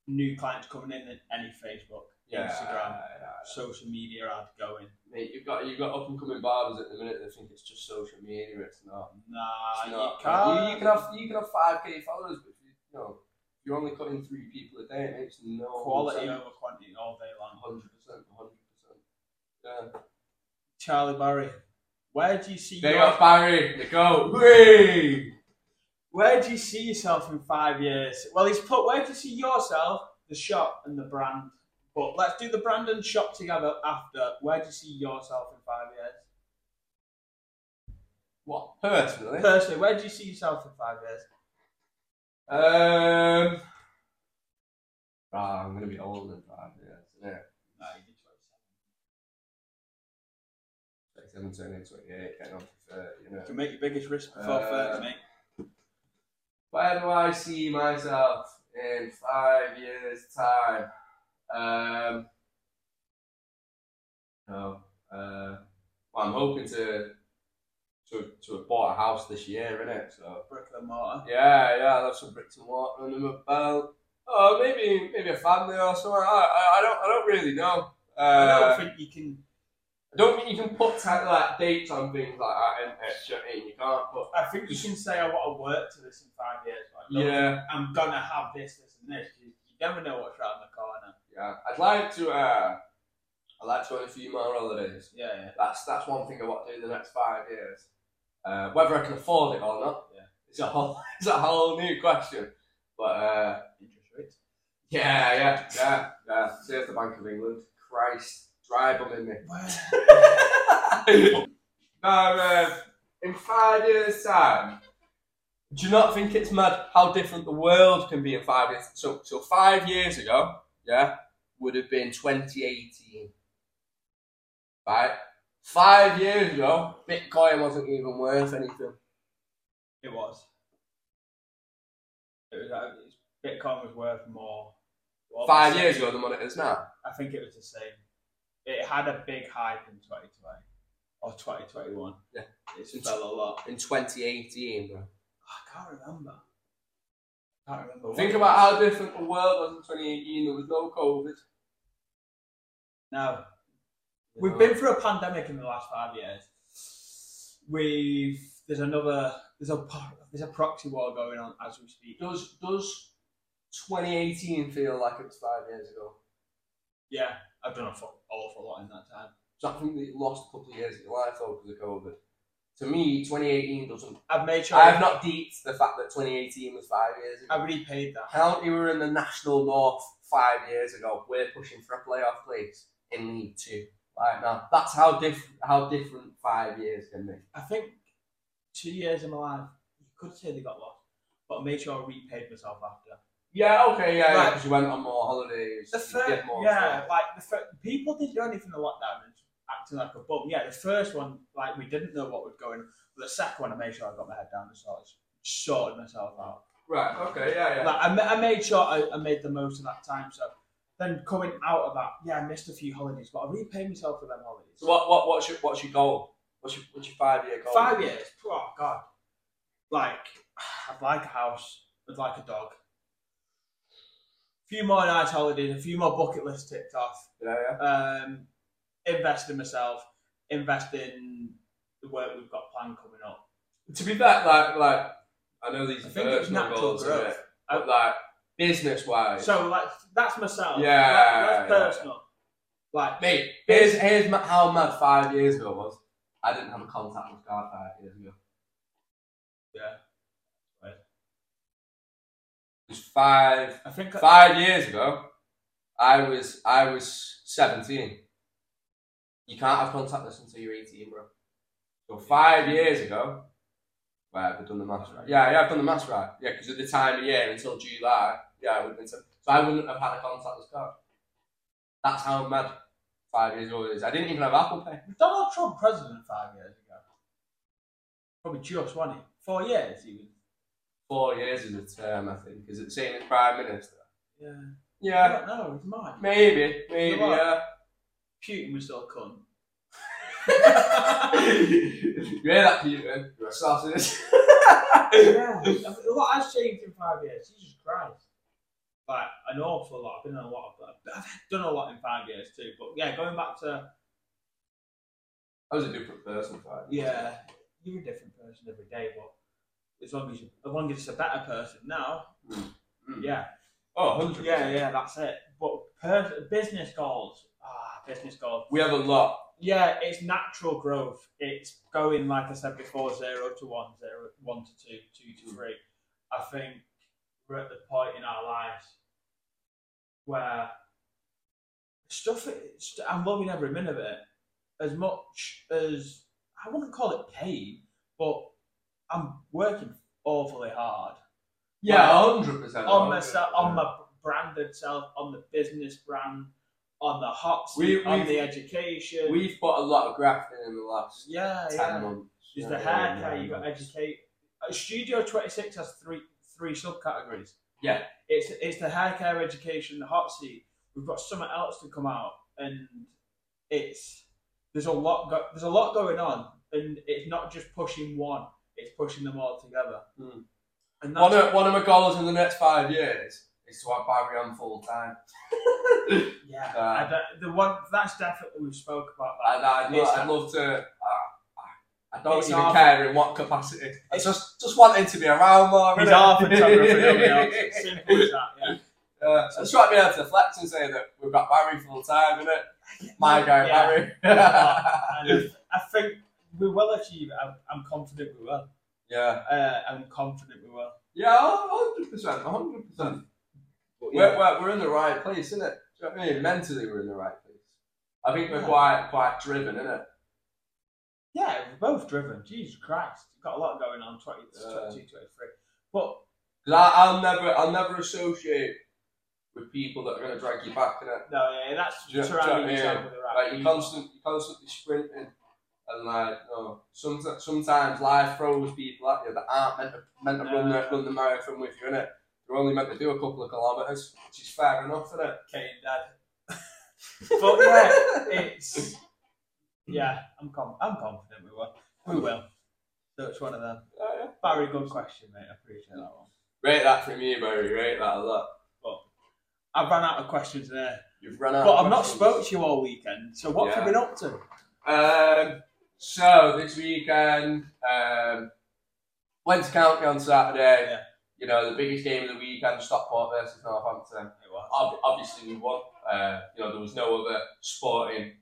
[SPEAKER 1] new clients coming in than any Facebook,
[SPEAKER 2] Yeah,
[SPEAKER 1] Instagram,
[SPEAKER 2] yeah.
[SPEAKER 1] social media ad going.
[SPEAKER 2] Mate, you've got you've got up and coming barbers at the minute. They think it's just social media. It's not.
[SPEAKER 1] Nah,
[SPEAKER 2] It's
[SPEAKER 1] Ah, you
[SPEAKER 2] not.
[SPEAKER 1] can't.
[SPEAKER 2] You, you can have you can have five k followers, but if you, you know you're only cutting three people a day. It makes no
[SPEAKER 1] quality over quantity all day long.
[SPEAKER 2] Hundred percent, hundred percent. Yeah.
[SPEAKER 1] Charlie Barry, where do you see
[SPEAKER 2] They
[SPEAKER 1] your-
[SPEAKER 2] got Barry. They go. Whee!
[SPEAKER 1] Where do you see yourself in five years? Well, he's put where do you see yourself, the shop, and the brand. But let's do the brand and shop together after. Where do you see yourself in five years?
[SPEAKER 2] What personally?
[SPEAKER 1] Personally, where do you see yourself in five years?
[SPEAKER 2] Um. Ah, I'm gonna be old in five years. Yeah.
[SPEAKER 1] No, you did
[SPEAKER 2] 27, 28, getting on for 30, you know.
[SPEAKER 1] You can make your biggest risk before
[SPEAKER 2] Uh,
[SPEAKER 1] 30, mate.
[SPEAKER 2] Where do I see myself in five years' time? Um, no, uh, well, I'm hoping to to to have bought a house this year, innit? So
[SPEAKER 1] Brick and mortar.
[SPEAKER 2] yeah, yeah, I'll have some bricks and mortar under my belt. Oh, maybe maybe a family or something. I, I, I don't I don't really know. Uh,
[SPEAKER 1] I don't think you can.
[SPEAKER 2] think you can put time, like dates on things like that, and uh, you can't put.
[SPEAKER 1] I think you can say I want to work to this in five years. Like, don't
[SPEAKER 2] Yeah.
[SPEAKER 1] I'm gonna have this, this, and this. You, you never know what's around the corner.
[SPEAKER 2] Yeah, I'd like to. Uh, I'd like to earn a few more holidays.
[SPEAKER 1] Yeah, yeah.
[SPEAKER 2] That's that's one thing I want to do in the next five years. Uh, whether I can afford it or not,
[SPEAKER 1] Yeah.
[SPEAKER 2] it's a whole *laughs* it's a whole new question. But uh,
[SPEAKER 1] Interest rates.
[SPEAKER 2] yeah, yeah, yeah, yeah. Save the Bank of England. Christ, dry bum in me. *laughs* no, uh, in five years' time, do you not think it's mad how different the world can be in five years? So, so five years ago, yeah, would have been 2018, right? Five years ago, Bitcoin wasn't even worth anything.
[SPEAKER 1] It was. It was. uh, it's- Bitcoin was worth more. Well,
[SPEAKER 2] Five
[SPEAKER 1] the
[SPEAKER 2] years
[SPEAKER 1] same-
[SPEAKER 2] ago than what it is now.
[SPEAKER 1] I think it was the same. It had a big hype in 2020 or 2021.
[SPEAKER 2] Yeah.
[SPEAKER 1] it fell a lot.
[SPEAKER 2] In 2018, bro.
[SPEAKER 1] I can't remember. I can't remember.
[SPEAKER 2] Think about how different the world was in 2018. There was no COVID.
[SPEAKER 1] now we've been through a pandemic in the last five years. We've there's another there's a par- there's a proxy war going on as we speak.
[SPEAKER 2] Does does 2018 feel like it was five years ago?
[SPEAKER 1] Yeah, I've done an awful, awful lot in that time.
[SPEAKER 2] So I think that you lost a couple of years of your life though because of COVID. To me, 2018 doesn't.
[SPEAKER 1] I've made sure
[SPEAKER 2] I have not deeped the fact that 2018 was five years ago.
[SPEAKER 1] I've repaid that.
[SPEAKER 2] County were in the National North five years ago. We're pushing for a playoff place in League Two right now. That's how diff- how different five years can be.
[SPEAKER 1] I think two years in my life, you could say they got lost, but I made sure I repaid myself after.
[SPEAKER 2] Yeah. Okay. Yeah.
[SPEAKER 1] Right.
[SPEAKER 2] Because you went on more holidays.
[SPEAKER 1] The
[SPEAKER 2] you
[SPEAKER 1] first,
[SPEAKER 2] did more
[SPEAKER 1] yeah,
[SPEAKER 2] stuff.
[SPEAKER 1] like the fir- people didn't do anything in the lockdown and acting like a bum. Yeah, the first one, like we didn't know what was going on. But the second one, I made sure I got my head down and sorted, sorted myself out.
[SPEAKER 2] Right. Okay. Yeah. Yeah.
[SPEAKER 1] Like, I, ma- I made sure I, I made the most of that time. So then coming out of that, yeah, I missed a few holidays, but I repaid myself for them holidays.
[SPEAKER 2] So what, what what's your what's your goal? What's your what's your five year goal?
[SPEAKER 1] Five years. Oh god. Like I'd like a house. I'd like a dog. A few more nice holidays. A few more bucket lists ticked off.
[SPEAKER 2] Yeah, yeah.
[SPEAKER 1] Um, invest in myself. Invest in the work we've got planned coming up.
[SPEAKER 2] To be fair, like like I know these
[SPEAKER 1] I
[SPEAKER 2] are
[SPEAKER 1] think it's
[SPEAKER 2] personal
[SPEAKER 1] natural
[SPEAKER 2] goals,
[SPEAKER 1] growth.
[SPEAKER 2] innit? but like business wise.
[SPEAKER 1] So like that's myself.
[SPEAKER 2] Yeah,
[SPEAKER 1] That- that's
[SPEAKER 2] yeah, yeah.
[SPEAKER 1] personal. Like
[SPEAKER 2] mate, here's here's ma- how mad five years ago was. I didn't have a contactless card five years ago.
[SPEAKER 1] yeah.
[SPEAKER 2] It was five
[SPEAKER 1] I think
[SPEAKER 2] five years ago. I was I was seventeen. You can't have contactless until you're eighteen, bro. So five years ago, well, I've done the maths right. Yeah, yeah, I've done the maths right. Yeah, because at the time of year until July, yeah, I would have been. sent. So I wouldn't have had a contactless card. That's how mad five years old is. I didn't even have Apple Pay.
[SPEAKER 1] Donald Trump president five years ago. Probably just wasn't he? Four years he was.
[SPEAKER 2] Four years is a term, I think. Is it same as prime minister?
[SPEAKER 1] Yeah. I
[SPEAKER 2] Yeah,
[SPEAKER 1] don't know. It's mine.
[SPEAKER 2] maybe, maybe.
[SPEAKER 1] Come on.
[SPEAKER 2] Yeah.
[SPEAKER 1] Putin was still a cunt.
[SPEAKER 2] *laughs* you hear that, Peter? You're
[SPEAKER 1] *laughs*
[SPEAKER 2] assassins.
[SPEAKER 1] yeah. I mean, A lot has changed in five years. Jesus Christ. Like an awful lot. I've been in a lot of. I've done a lot in five years too. But yeah, going back to
[SPEAKER 2] I was a different person for that.
[SPEAKER 1] yeah, you're a different person every day. But as long as you, as long as it's a better person now,
[SPEAKER 2] Mm. Mm.
[SPEAKER 1] yeah,
[SPEAKER 2] Oh, 100
[SPEAKER 1] yeah, yeah, that's it. But pers- business goals, ah, business goals.
[SPEAKER 2] We have a lot.
[SPEAKER 1] Yeah, it's natural growth. It's going, like I said before, zero to one, zero one to two, two
[SPEAKER 2] Hmm.
[SPEAKER 1] to three. I think we're at the point in our lives where stuff. It's, I'm loving every minute of it. As much as I wouldn't call it pain, but I'm working awfully hard
[SPEAKER 2] Yeah, 100%.
[SPEAKER 1] on my se- on my branded self, on the business brand, on the hot
[SPEAKER 2] We-
[SPEAKER 1] seat, on
[SPEAKER 2] we've-
[SPEAKER 1] the education.
[SPEAKER 2] We've put a lot of grafting in the last
[SPEAKER 1] yeah,
[SPEAKER 2] 10
[SPEAKER 1] yeah.
[SPEAKER 2] months.
[SPEAKER 1] There's
[SPEAKER 2] Yeah,
[SPEAKER 1] the
[SPEAKER 2] yeah,
[SPEAKER 1] haircut.
[SPEAKER 2] yeah,
[SPEAKER 1] you got
[SPEAKER 2] yeah.
[SPEAKER 1] educate. uh, Studio Twenty Six has three three subcategories.
[SPEAKER 2] Yeah.
[SPEAKER 1] it's it's the hair care, education, the hot seat. We've got something else to come out, and it's there's a lot go, there's a lot going on, and it's not just pushing one. It's pushing them all together.
[SPEAKER 2] Hmm.
[SPEAKER 1] And
[SPEAKER 2] One
[SPEAKER 1] that's
[SPEAKER 2] of, one of my goals in the next five years is to have Barry on full time.
[SPEAKER 1] yeah.
[SPEAKER 2] Uh,
[SPEAKER 1] I don't- the one that's definitely we've spoke about that.
[SPEAKER 2] And I'd, lo-
[SPEAKER 1] It's-
[SPEAKER 2] I'd love to. I- I I don't
[SPEAKER 1] It's
[SPEAKER 2] even
[SPEAKER 1] half-
[SPEAKER 2] care in what capacity. I just just want him to be around more.
[SPEAKER 1] He's
[SPEAKER 2] innit?
[SPEAKER 1] half a photographer. nobody else.
[SPEAKER 2] *laughs*
[SPEAKER 1] It's simple as that. Yeah.
[SPEAKER 2] Yeah, Uh, so just trying to be able to flex and say that we've got Barry full time, innit? My guy
[SPEAKER 1] Yeah. *laughs*
[SPEAKER 2] Barry.
[SPEAKER 1] And I think we will achieve it. I'm, I'm confident we will.
[SPEAKER 2] *laughs* yeah.
[SPEAKER 1] Uh, I'm confident we will.
[SPEAKER 2] Yeah, hundred percent, hundred percent. We're we're we're in the right place, innit? Do you know what I mean? Mentally, we're in the right place. I think we're
[SPEAKER 1] Yeah.
[SPEAKER 2] quite quite driven, innit?
[SPEAKER 1] Yeah, we're both driven. Jesus Christ. Got a lot going on, 20,
[SPEAKER 2] Yeah.
[SPEAKER 1] 22, 23. But
[SPEAKER 2] Because I'll never I'll never associate with people that are going to drag you back, innit?
[SPEAKER 1] no, yeah, that's
[SPEAKER 2] Yeah,
[SPEAKER 1] surrounding
[SPEAKER 2] yeah,
[SPEAKER 1] yourself
[SPEAKER 2] yeah.
[SPEAKER 1] with the right
[SPEAKER 2] Like you're
[SPEAKER 1] people.
[SPEAKER 2] constant, you're constantly sprinting, and like no, sometimes sometimes life throws people at you that aren't meant to meant to run the
[SPEAKER 1] No.
[SPEAKER 2] run the marathon with you, innit? You're only meant to do a couple of kilometers, which is fair enough, innit?
[SPEAKER 1] Kane, Dad. *laughs* but yeah,
[SPEAKER 2] *laughs*
[SPEAKER 1] it's. Yeah, I'm, com- I'm confident we will. We will. So it's one of them.
[SPEAKER 2] Yeah, yeah.
[SPEAKER 1] Barry, good question, mate. I appreciate that one.
[SPEAKER 2] Rate that from you, Barry. Rate that a lot.
[SPEAKER 1] I ran out of questions there.
[SPEAKER 2] You've run out.
[SPEAKER 1] But
[SPEAKER 2] of
[SPEAKER 1] I've not spoke
[SPEAKER 2] Ah, questions.
[SPEAKER 1] to you all weekend, so what have you been up to?
[SPEAKER 2] Um, so this weekend, um, went to County on Saturday.
[SPEAKER 1] Yeah.
[SPEAKER 2] You know the biggest game of the weekend: Stockport versus Northampton. Ob- obviously we won. Uh, you know, there was no other sporting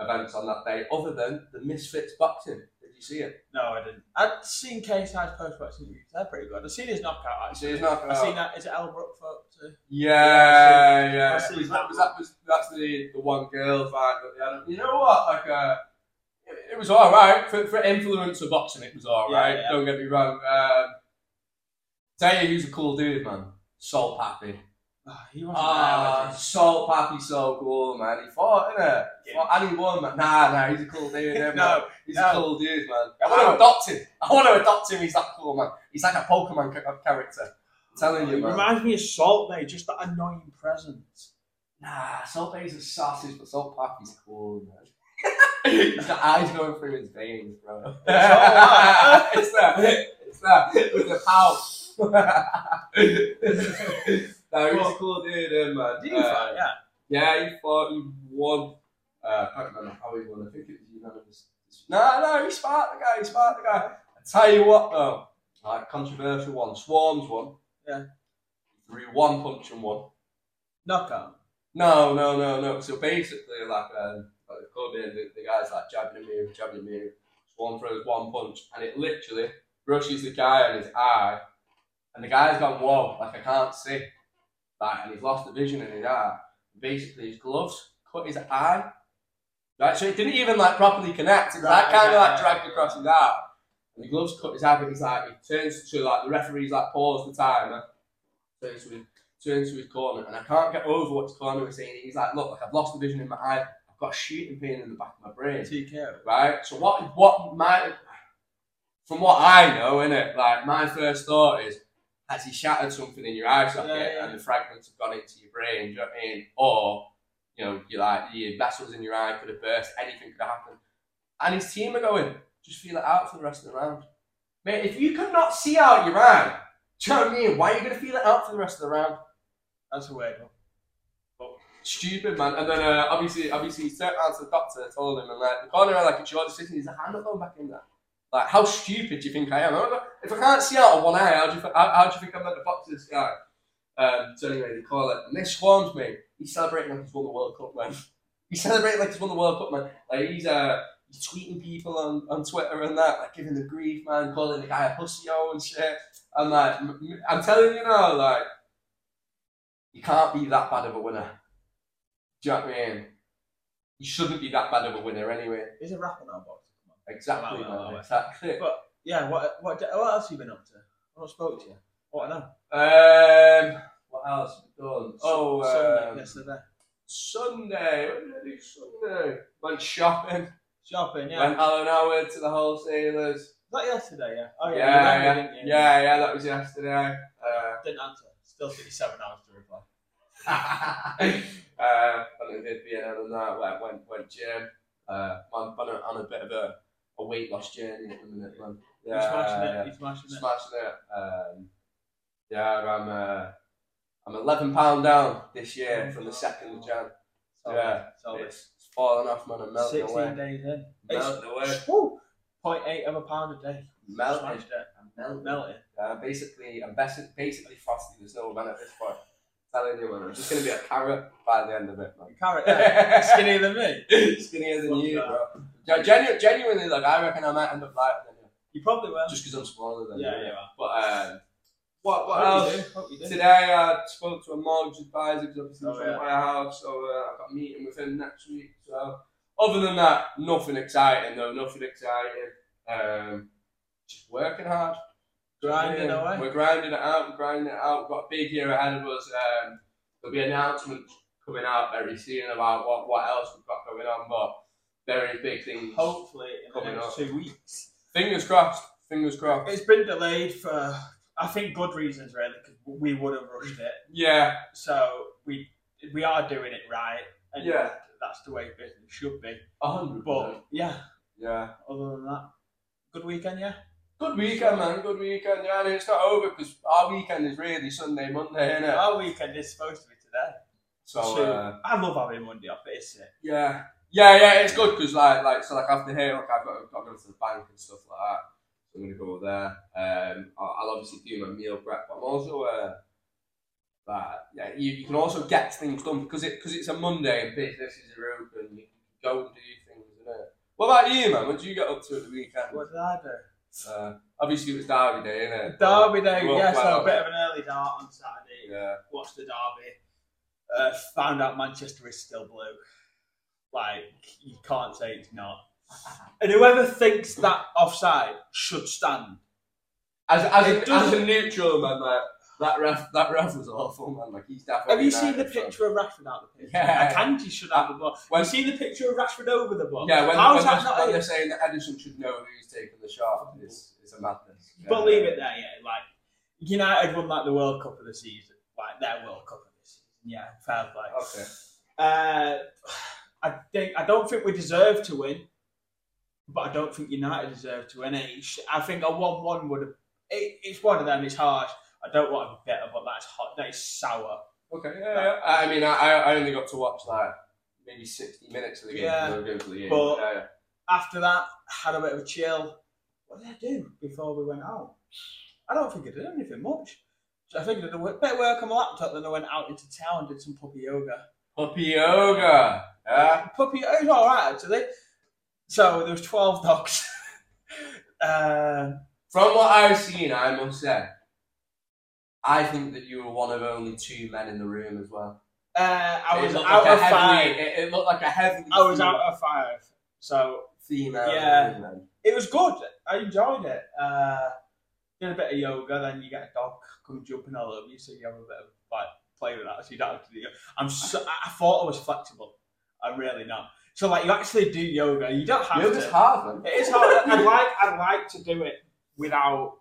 [SPEAKER 2] events on that day other than the Misfits boxing. Did you see it?
[SPEAKER 1] No, I didn't. I'd seen K-Size post boxing interviews. They're pretty good. I've seen his knockout.
[SPEAKER 2] You
[SPEAKER 1] Actually.
[SPEAKER 2] see his knockout?
[SPEAKER 1] I've seen that. Is it Al Brookfoot too?
[SPEAKER 2] Yeah, yeah.
[SPEAKER 1] I see
[SPEAKER 2] Was
[SPEAKER 1] that.
[SPEAKER 2] that, was that was that's the, the one girl vibe that they had. You know what? Like, uh, it, it was all right for for influencer boxing. It was all
[SPEAKER 1] Yeah,
[SPEAKER 2] right.
[SPEAKER 1] yeah.
[SPEAKER 2] Don't get me wrong. Um, tell you who's a cool dude, man. Salt Pappy.
[SPEAKER 1] Oh, he wasn't there,
[SPEAKER 2] Ah,
[SPEAKER 1] was
[SPEAKER 2] Salt Pappy, so cool, man. He fought, innit?
[SPEAKER 1] Yeah.
[SPEAKER 2] Well, and he won, man. Nah, nah, he's a cool dude,
[SPEAKER 1] he?
[SPEAKER 2] innit, man.
[SPEAKER 1] *laughs* no,
[SPEAKER 2] He's
[SPEAKER 1] No.
[SPEAKER 2] a cool dude, man. I
[SPEAKER 1] No.
[SPEAKER 2] want to adopt him. I want to adopt him. He's that cool, man. He's like a Pokemon ca- uh, character. I'm telling you,
[SPEAKER 1] it
[SPEAKER 2] man.
[SPEAKER 1] reminds me of Salt, mate. Just that annoying presence.
[SPEAKER 2] Nah, Salt Bay's a sausage, but Salt Pappy's cool, *laughs* man. he's got eyes going through his veins, *laughs* bro. it's
[SPEAKER 1] alright.
[SPEAKER 2] that. It's that. With the pouch. *laughs* no, he's a cool dude, eh, man.
[SPEAKER 1] Did you
[SPEAKER 2] Uh,
[SPEAKER 1] fight? Yeah.
[SPEAKER 2] Yeah, he fought. He won. Uh, I can't remember how he won. I think it was unanimous. No, no, he sparked the guy. He sparked the guy. I tell you what, though, like controversial one. Swarms won.
[SPEAKER 1] Yeah.
[SPEAKER 2] Threw one punch and won.
[SPEAKER 1] Knockout.
[SPEAKER 2] No, no, no, no. So basically, like, um, like the club here, the, the guy's like jabbing him here, jabbing him here. Swan throws one punch, and it literally brushes the guy on his eye, and the guy's gone whoa, like I can't see, like, and he's lost the vision in his eye. Basically, his gloves cut his eye. Right, so it didn't even like properly connect. It was like
[SPEAKER 1] Right,
[SPEAKER 2] kind of
[SPEAKER 1] yeah,
[SPEAKER 2] like
[SPEAKER 1] yeah,
[SPEAKER 2] dragged
[SPEAKER 1] yeah.
[SPEAKER 2] across his eye. And the gloves cut his eye, but he's like, he turns to like the referee's like pause the timer. Turns to his turns to his corner, and I can't get over what his corner was saying. He's like, "Look, I've lost the vision in my eye. I've got a shooting pain in the back of my brain."
[SPEAKER 1] TKO.
[SPEAKER 2] right? So what what my from what I know, innit, like my first thought is has he shattered something in your eye socket
[SPEAKER 1] Yeah, yeah.
[SPEAKER 2] and the fragments have gone into your brain, do you know what I mean? Or, you know, you like your vessels in your eye could have burst, anything could have happened. And his team are going, just feel it out for the rest of the round. Mate, if you cannot see out your eye, do you know what I mean? Why are you gonna feel it out for the rest of the round?
[SPEAKER 1] That's a weird one.
[SPEAKER 2] Stupid man, and then uh, obviously, obviously, he turned around to the doctor, told him, and like the corner, like it's your decision. He's like, I'm not going back in there. Like, how stupid do you think I am? I'm not- If I can't see out of one eye, how do you, thi- how, how do you think I'm meant to box this guy? Um, so anyway, they call it, and they swarmed me. He's celebrating like he's won the World Cup, man. *laughs* He's celebrating like he's won the World Cup, man. Like he's uh, he's tweeting people on, on Twitter and that, like giving the grief, man, calling the guy a pussy oh and shit. And like, m- m- I'm telling you now, like, you can't be that bad of a winner. Do you know what I mean? You shouldn't be that bad of a winner anyway.
[SPEAKER 1] He's a rapper now, box. Come on.
[SPEAKER 2] Exactly,
[SPEAKER 1] Wow, wow,
[SPEAKER 2] man,
[SPEAKER 1] wow.
[SPEAKER 2] Exactly.
[SPEAKER 1] Yeah, what, what, what else have you been up to? I've not spoke to you. What, I know.
[SPEAKER 2] Um, what else have we done? Oh,
[SPEAKER 1] Sunday,
[SPEAKER 2] um,
[SPEAKER 1] yesterday.
[SPEAKER 2] Sunday. What did I do Sunday? Went shopping.
[SPEAKER 1] Shopping, yeah.
[SPEAKER 2] Went Alan Howard to the wholesalers.
[SPEAKER 1] Was that yesterday, yeah? Oh,
[SPEAKER 2] Yeah,
[SPEAKER 1] yeah.
[SPEAKER 2] yeah,
[SPEAKER 1] you
[SPEAKER 2] yeah,
[SPEAKER 1] rang me, didn't you?
[SPEAKER 2] yeah, That was yesterday. Uh, *laughs*
[SPEAKER 1] Didn't answer. Still 57 hours to reply.
[SPEAKER 2] uh, and uh, it did be another night. Went went went gym. Uh, man, been on on a bit of a, a weight loss journey at the minute, man.
[SPEAKER 1] He's smashing
[SPEAKER 2] yeah.
[SPEAKER 1] it. He's smashing it.
[SPEAKER 2] smashing it. Um, yeah, I'm uh, I'm 11 pound down this year from the second of Jan.
[SPEAKER 1] Solid,
[SPEAKER 2] Yeah.
[SPEAKER 1] solid.
[SPEAKER 2] It's it's falling off, man. I'm melting
[SPEAKER 1] 16
[SPEAKER 2] away.
[SPEAKER 1] Oh, days in.
[SPEAKER 2] Melting away.
[SPEAKER 1] Woo! 0.8 of a pound a day.
[SPEAKER 2] Melting.
[SPEAKER 1] Smashed it.
[SPEAKER 2] I'm melting.
[SPEAKER 1] Melted.
[SPEAKER 2] Uh, basically, I'm basi- basically frosty. There's no man at this point. telling you, man, I'm just gonna be a carrot by the end of it, man.
[SPEAKER 1] You carrot yeah. *laughs*
[SPEAKER 2] *laughs*
[SPEAKER 1] Skinnier than me.
[SPEAKER 2] Skinnier than you, bro. Gen- genu- genuinely, like I reckon I might end up lighter than you,
[SPEAKER 1] You probably will.
[SPEAKER 2] just because I'm smaller than
[SPEAKER 1] Yeah,
[SPEAKER 2] you.
[SPEAKER 1] yeah.
[SPEAKER 2] But um, what what
[SPEAKER 1] Hope
[SPEAKER 2] else?
[SPEAKER 1] you do, hope you do.
[SPEAKER 2] Today I uh, spoke to a mortgage advisor because obviously
[SPEAKER 1] Oh,
[SPEAKER 2] I'm from
[SPEAKER 1] yeah.
[SPEAKER 2] my house, so uh, I've got a meeting with him next week. So other than that, nothing exciting though, nothing exciting. Um, just working hard,
[SPEAKER 1] Grinding
[SPEAKER 2] Yeah,
[SPEAKER 1] away.
[SPEAKER 2] We're grinding it out, we're grinding it out. We've got a big year ahead of us. Um, there'll be announcements coming out very soon about what, what else we've got going on, but very big things.
[SPEAKER 1] Hopefully in the
[SPEAKER 2] Coming
[SPEAKER 1] next
[SPEAKER 2] up.
[SPEAKER 1] two weeks.
[SPEAKER 2] Fingers crossed. Fingers crossed.
[SPEAKER 1] It's been delayed for, I think, good reasons, really, because we would have rushed it.
[SPEAKER 2] Yeah,
[SPEAKER 1] So we we are doing it right. And
[SPEAKER 2] Yeah.
[SPEAKER 1] That's the way business should be.
[SPEAKER 2] a hundred percent.
[SPEAKER 1] But yeah,
[SPEAKER 2] Yeah.
[SPEAKER 1] other than that, good weekend, yeah?
[SPEAKER 2] Good weekend, man. Good weekend. Yeah, and it's not over because our weekend is really Sunday, Monday, isn't it?
[SPEAKER 1] Our weekend is supposed to be today.
[SPEAKER 2] So
[SPEAKER 1] So,
[SPEAKER 2] uh,
[SPEAKER 1] I love having Monday off, it's sick.
[SPEAKER 2] yeah, yeah, yeah. It's good because like, like, so like after here, like I've got, I've got to go to the bank and stuff like that. So I'm gonna go there. Um, I'll, I'll obviously do my meal prep, but I'm also uh, like, yeah, you, you can also get things done because it because it's a Monday and businesses are open. You can go and do things, innit? What about you, man? What did you get up to at the weekend?
[SPEAKER 1] What did I do?
[SPEAKER 2] Uh, obviously, it was Derby Day, innit?
[SPEAKER 1] Derby day,
[SPEAKER 2] Well,
[SPEAKER 1] yeah,
[SPEAKER 2] well.
[SPEAKER 1] so a bit of an early dart on Saturday.
[SPEAKER 2] Yeah.
[SPEAKER 1] Watched the derby. Uh, found out Manchester is still blue. Like, you can't say it's not. And whoever thinks that offside should stand.
[SPEAKER 2] As, as,
[SPEAKER 1] It
[SPEAKER 2] a, as
[SPEAKER 1] doesn't-
[SPEAKER 2] a neutral man, like, that ref that ref was awful, man. Like he's definitely.
[SPEAKER 1] Have you seen the
[SPEAKER 2] United, so-
[SPEAKER 1] picture of Rashford out the pitch?
[SPEAKER 2] Yeah.
[SPEAKER 1] Yeah. Akanji should have the ball.
[SPEAKER 2] When-
[SPEAKER 1] Have you seen the picture of Rashford over the ball?
[SPEAKER 2] Yeah, when,
[SPEAKER 1] How
[SPEAKER 2] when,
[SPEAKER 1] is that
[SPEAKER 2] they're,
[SPEAKER 1] not
[SPEAKER 2] when
[SPEAKER 1] a-
[SPEAKER 2] they're saying that Edison should know who's taking the shot, it's, it's a madness. Yeah.
[SPEAKER 1] Believe it there, yeah. Like United won like the World Cup of the season, like their World Cup of the season. Yeah, fair play.
[SPEAKER 2] Okay.
[SPEAKER 1] Uh, I think I don't think we deserve to win, but I don't think United deserve to win. It, sh- I think a one-one would have. It, it's one of them. It's harsh. I don't want to be better, but that's hot. That is sour.
[SPEAKER 2] Okay. Yeah. yeah. I I mean, I, I I only got to watch like maybe sixty minutes of the game.
[SPEAKER 1] Yeah.
[SPEAKER 2] before I go to the game.
[SPEAKER 1] But-
[SPEAKER 2] yeah, yeah.
[SPEAKER 1] After that, had a bit of a chill. What did I do before we went out? I don't think I did anything much. So I think I did a bit of work on my laptop. Then I went out into town and did some puppy yoga.
[SPEAKER 2] Puppy yoga. Yeah.
[SPEAKER 1] Puppy, it was all right actually. So there was twelve *laughs* dogs. uh,
[SPEAKER 2] From what I've seen, I must say, I think that you were one of only two men in the room as well.
[SPEAKER 1] uh, I
[SPEAKER 2] It
[SPEAKER 1] was
[SPEAKER 2] looked
[SPEAKER 1] out
[SPEAKER 2] like a
[SPEAKER 1] of
[SPEAKER 2] heavily-
[SPEAKER 1] five.
[SPEAKER 2] It, it looked like a heavily.
[SPEAKER 1] I was out of five. So
[SPEAKER 2] female.
[SPEAKER 1] Yeah.
[SPEAKER 2] women.
[SPEAKER 1] it was good. I enjoyed it. Uh, did a bit of yoga, then you get a dog come jumping all over you, so you have a bit of like play with that. So you don't have to do. I'm so, I I thought I was flexible. I'm really not. So like you actually do yoga. You don't have
[SPEAKER 2] Yoga's
[SPEAKER 1] to.
[SPEAKER 2] hard, man.
[SPEAKER 1] It is
[SPEAKER 2] *laughs*
[SPEAKER 1] hard. I'd like I'd like to do it without.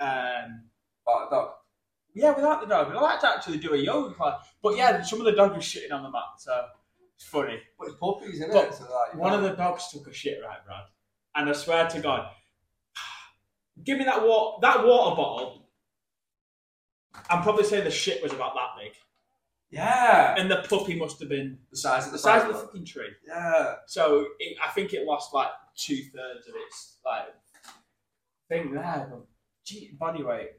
[SPEAKER 1] Um,
[SPEAKER 2] But dog,
[SPEAKER 1] yeah, without the dog. I'd like to actually do a yoga class. But yeah, some of the dog was shitting on the mat, so it's funny.
[SPEAKER 2] but it's puppies, isn't
[SPEAKER 1] But
[SPEAKER 2] it? So like,
[SPEAKER 1] One of the dogs took a shit right, Brad. And I swear to God, *sighs* give me that water, that water bottle. I'm probably saying the shit was about that big,
[SPEAKER 2] yeah,
[SPEAKER 1] and the puppy must have been
[SPEAKER 2] the size of
[SPEAKER 1] the
[SPEAKER 2] the
[SPEAKER 1] size of
[SPEAKER 2] bag,
[SPEAKER 1] the
[SPEAKER 2] man.
[SPEAKER 1] fucking tree.
[SPEAKER 2] yeah.
[SPEAKER 1] So it, I think it lost like two thirds of its like thing there. But, gee, body weight.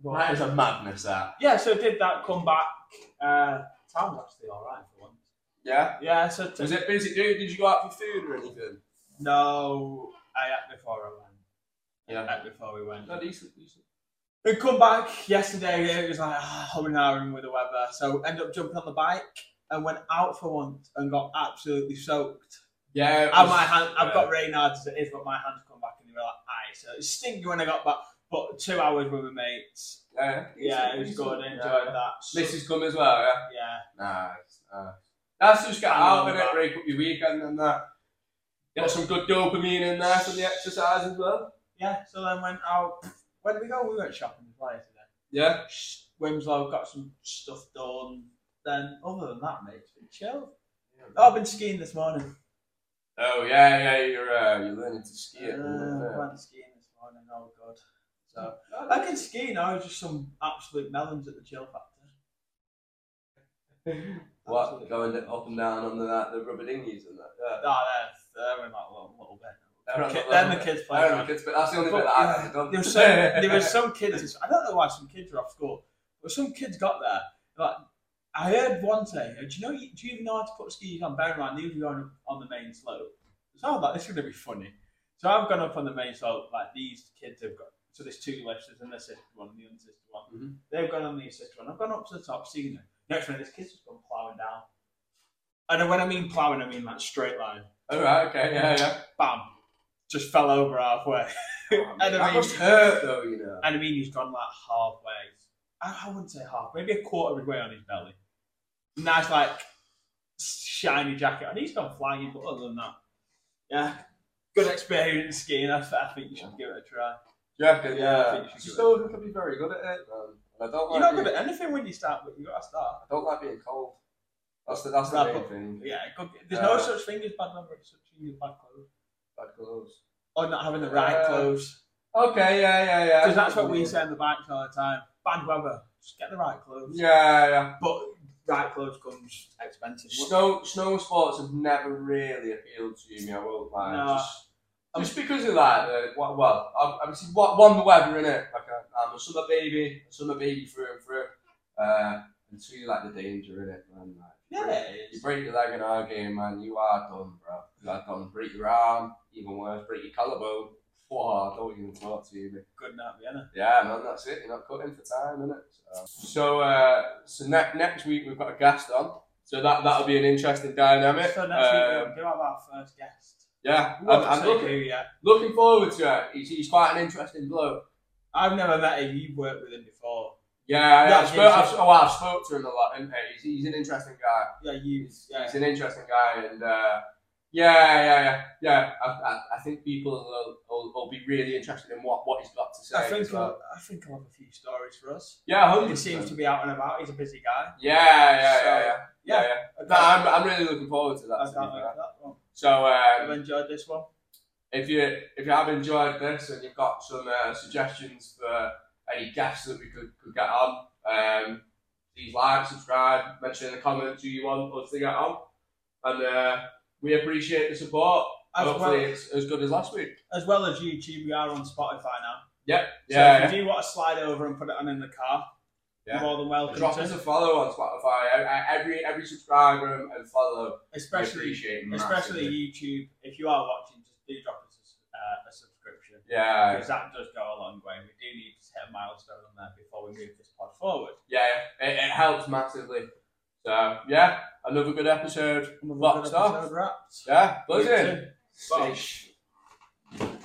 [SPEAKER 1] But-
[SPEAKER 2] That is a madness. That
[SPEAKER 1] yeah, so did that come back? Uh, Town was actually all right for once.
[SPEAKER 2] yeah.
[SPEAKER 1] Yeah, so t-
[SPEAKER 2] Was it busy? Did did you go out for food or anything?
[SPEAKER 1] no, I ate before I went.
[SPEAKER 2] Yeah.
[SPEAKER 1] I ate before we went.
[SPEAKER 2] No, decent, decent.
[SPEAKER 1] We come back yesterday. It was like ah, humming and hawing with the weather. So end up jumping on the bike and went out for once and got absolutely soaked.
[SPEAKER 2] Yeah, it
[SPEAKER 1] And
[SPEAKER 2] was-
[SPEAKER 1] my hand, I've
[SPEAKER 2] yeah.
[SPEAKER 1] got Reynards as it is, but my hands come back and they were like aye. So it stinky when I got back. But two hours with my mates.
[SPEAKER 2] Yeah,
[SPEAKER 1] Yeah,
[SPEAKER 2] decent,
[SPEAKER 1] it was
[SPEAKER 2] decent.
[SPEAKER 1] good. I enjoyed
[SPEAKER 2] Yeah.
[SPEAKER 1] that.
[SPEAKER 2] Mrs. come as well. Yeah.
[SPEAKER 1] yeah.
[SPEAKER 2] Nice. nice. That's just get
[SPEAKER 1] And
[SPEAKER 2] out
[SPEAKER 1] on
[SPEAKER 2] and
[SPEAKER 1] the
[SPEAKER 2] it,
[SPEAKER 1] back.
[SPEAKER 2] break up your weekend and that. Get some good dopamine in there from the exercise as well.
[SPEAKER 1] Yeah, so then went out. Where did we go? We went shopping with Blair today.
[SPEAKER 2] Yeah.
[SPEAKER 1] Sh- Winslow got some stuff done. Then, other than that, mate, it's been chill. Oh, I've been skiing this morning.
[SPEAKER 2] Oh yeah, yeah, you're uh, you're learning to ski.
[SPEAKER 1] Yeah,
[SPEAKER 2] at the moment, yeah.
[SPEAKER 1] went skiing this morning. Oh, God. So,
[SPEAKER 2] Oh,
[SPEAKER 1] I can ski now, just some absolute melons at the chill factor.
[SPEAKER 2] What
[SPEAKER 1] Absolute-
[SPEAKER 2] going up and down on the that, the rubber dinghies and that. Yeah.
[SPEAKER 1] Ah, they're, they're in that little, little bit.
[SPEAKER 2] They're on
[SPEAKER 1] Ki-
[SPEAKER 2] that
[SPEAKER 1] they're in the
[SPEAKER 2] little
[SPEAKER 1] kids'
[SPEAKER 2] I don't know,
[SPEAKER 1] playground.
[SPEAKER 2] kids, but that's the only bit
[SPEAKER 1] But,
[SPEAKER 2] that I've
[SPEAKER 1] yeah,
[SPEAKER 2] ever done.
[SPEAKER 1] There were some, there
[SPEAKER 2] *laughs*
[SPEAKER 1] were some kids. I don't know why some kids were off school, but some kids got there. Like I heard one say, "Do you know? Do you even know how to put skis on?" Bear in mind, these were going up on the main slope. So I'm like, "This is going to be funny." So I've gone up on the main slope. Like these kids have got. So there's two lifts. There's an assisted one and the unassisted one.
[SPEAKER 2] Mhm.
[SPEAKER 1] They've gone on the assisted one. I've gone up to the top, seen them. Next minute, this kid's just gone plowing down. And when I mean plowing, I mean that straight line.
[SPEAKER 2] All right, okay, yeah,
[SPEAKER 1] *laughs*
[SPEAKER 2] yeah.
[SPEAKER 1] Bam! Just fell over halfway.
[SPEAKER 2] Oh,
[SPEAKER 1] I
[SPEAKER 2] man, that
[SPEAKER 1] mean-
[SPEAKER 2] must hurt though, you know.
[SPEAKER 1] And I mean, he's gone like halfway. I, I wouldn't say half, maybe a quarter of the way on his belly. Nice, like, shiny jacket. And he's gone flying, but other than that, yeah. Good experience skiing. I, I think you should give it a try.
[SPEAKER 2] Do you reckon?
[SPEAKER 1] Yeah, I
[SPEAKER 2] Yeah.
[SPEAKER 1] think you should
[SPEAKER 2] Just
[SPEAKER 1] do
[SPEAKER 2] don't think I'd be very good at it. Um, and I don't
[SPEAKER 1] You're
[SPEAKER 2] like.
[SPEAKER 1] not
[SPEAKER 2] being,
[SPEAKER 1] good at anything when you start, but you got to start.
[SPEAKER 2] I don't like being cold. That's the that's
[SPEAKER 1] Nah,
[SPEAKER 2] the main
[SPEAKER 1] but-
[SPEAKER 2] thing.
[SPEAKER 1] Yeah, good, there's no
[SPEAKER 2] Uh,
[SPEAKER 1] such thing as bad weather, it's such thing as bad clothes.
[SPEAKER 2] Bad clothes.
[SPEAKER 1] Or not having the right
[SPEAKER 2] Uh,
[SPEAKER 1] clothes.
[SPEAKER 2] Okay, yeah, yeah, yeah.
[SPEAKER 1] Because that's what we say on the bikes all the time. Bad weather, just get the right clothes.
[SPEAKER 2] Yeah, yeah.
[SPEAKER 1] But right clothes comes expensive.
[SPEAKER 2] Snow snow sports have never really appealed to me. I won't lie.
[SPEAKER 1] No.
[SPEAKER 2] Just, just because of that, uh, wa- well, ob- obviously, wa- one the weather in it. Like I, I'm a summer baby, a summer baby through and through. Uh, and two, like the danger in it, man. Like,
[SPEAKER 1] Yeah, it
[SPEAKER 2] you
[SPEAKER 1] is.
[SPEAKER 2] break your leg in our game, man. You are done, bro. You are done. Break your arm, even worse, break your collarbone. Wow, don't even talk to me.
[SPEAKER 1] Good night, Vienna.
[SPEAKER 2] Yeah, man, that's it. You're not cutting for time, innit? So, so, uh, so ne- next week we've got a guest on. So that that'll be an interesting dynamic.
[SPEAKER 1] So next week
[SPEAKER 2] Um,
[SPEAKER 1] we'll do have our first guest.
[SPEAKER 2] yeah, I'm,
[SPEAKER 1] Well,
[SPEAKER 2] I'm
[SPEAKER 1] so
[SPEAKER 2] looking,
[SPEAKER 1] who, yeah.
[SPEAKER 2] looking forward to it. He's, he's quite an interesting bloke.
[SPEAKER 1] I've never met him. You've worked with him before.
[SPEAKER 2] Yeah,
[SPEAKER 1] Yeah,
[SPEAKER 2] I've, spoke, I've,
[SPEAKER 1] he's-
[SPEAKER 2] oh, I've spoke to him a lot, and he's, he's an interesting guy.
[SPEAKER 1] Yeah, you.
[SPEAKER 2] He's,
[SPEAKER 1] Yeah.
[SPEAKER 2] he's an interesting guy, and uh, yeah, yeah, yeah, yeah. I, I, I think people will, will, will be really interested in what, what he's got to say.
[SPEAKER 1] I think
[SPEAKER 2] as well.
[SPEAKER 1] he'll- I think I'll have a few stories for us.
[SPEAKER 2] yeah,
[SPEAKER 1] He
[SPEAKER 2] hundred
[SPEAKER 1] seems
[SPEAKER 2] seems
[SPEAKER 1] to be out and about. He's a busy guy.
[SPEAKER 2] Yeah, yeah,
[SPEAKER 1] So,
[SPEAKER 2] yeah, yeah, yeah. yeah.
[SPEAKER 1] I
[SPEAKER 2] No,
[SPEAKER 1] can't-
[SPEAKER 2] I'm, I'm really looking forward to that.
[SPEAKER 1] I
[SPEAKER 2] To be
[SPEAKER 1] can't
[SPEAKER 2] fair.
[SPEAKER 1] wait for that one.
[SPEAKER 2] So
[SPEAKER 1] I've
[SPEAKER 2] um,
[SPEAKER 1] enjoyed this one.
[SPEAKER 2] if you if you have enjoyed this and you've got some uh, suggestions for any guests that we could, could get on, um, please like, subscribe, mention in the comments who you want us to get on, and uh, we appreciate the support.
[SPEAKER 1] As
[SPEAKER 2] Hopefully,
[SPEAKER 1] well,
[SPEAKER 2] it's as good as last week.
[SPEAKER 1] as well as YouTube, we are on Spotify now.
[SPEAKER 2] Yeah,
[SPEAKER 1] So if you do want to slide over and put it on in the car,
[SPEAKER 2] Yeah.
[SPEAKER 1] you're more than
[SPEAKER 2] yeah.
[SPEAKER 1] welcome
[SPEAKER 2] drop
[SPEAKER 1] to.
[SPEAKER 2] us a follow on Spotify. I- I- Every every subscriber and- and follow, we
[SPEAKER 1] especially,
[SPEAKER 2] appreciate
[SPEAKER 1] especially
[SPEAKER 2] massively.
[SPEAKER 1] YouTube. If you are watching, just do drop us a, s- uh, a subscription.
[SPEAKER 2] Yeah,
[SPEAKER 1] because that does go a long way. We do need to hit a milestone on that before we move this pod forward.
[SPEAKER 2] yeah, it, it helps massively. So yeah, another good episode. Boxed off.
[SPEAKER 1] Wrapped.
[SPEAKER 2] Yeah, buzzing.
[SPEAKER 1] Box.
[SPEAKER 2] Fish.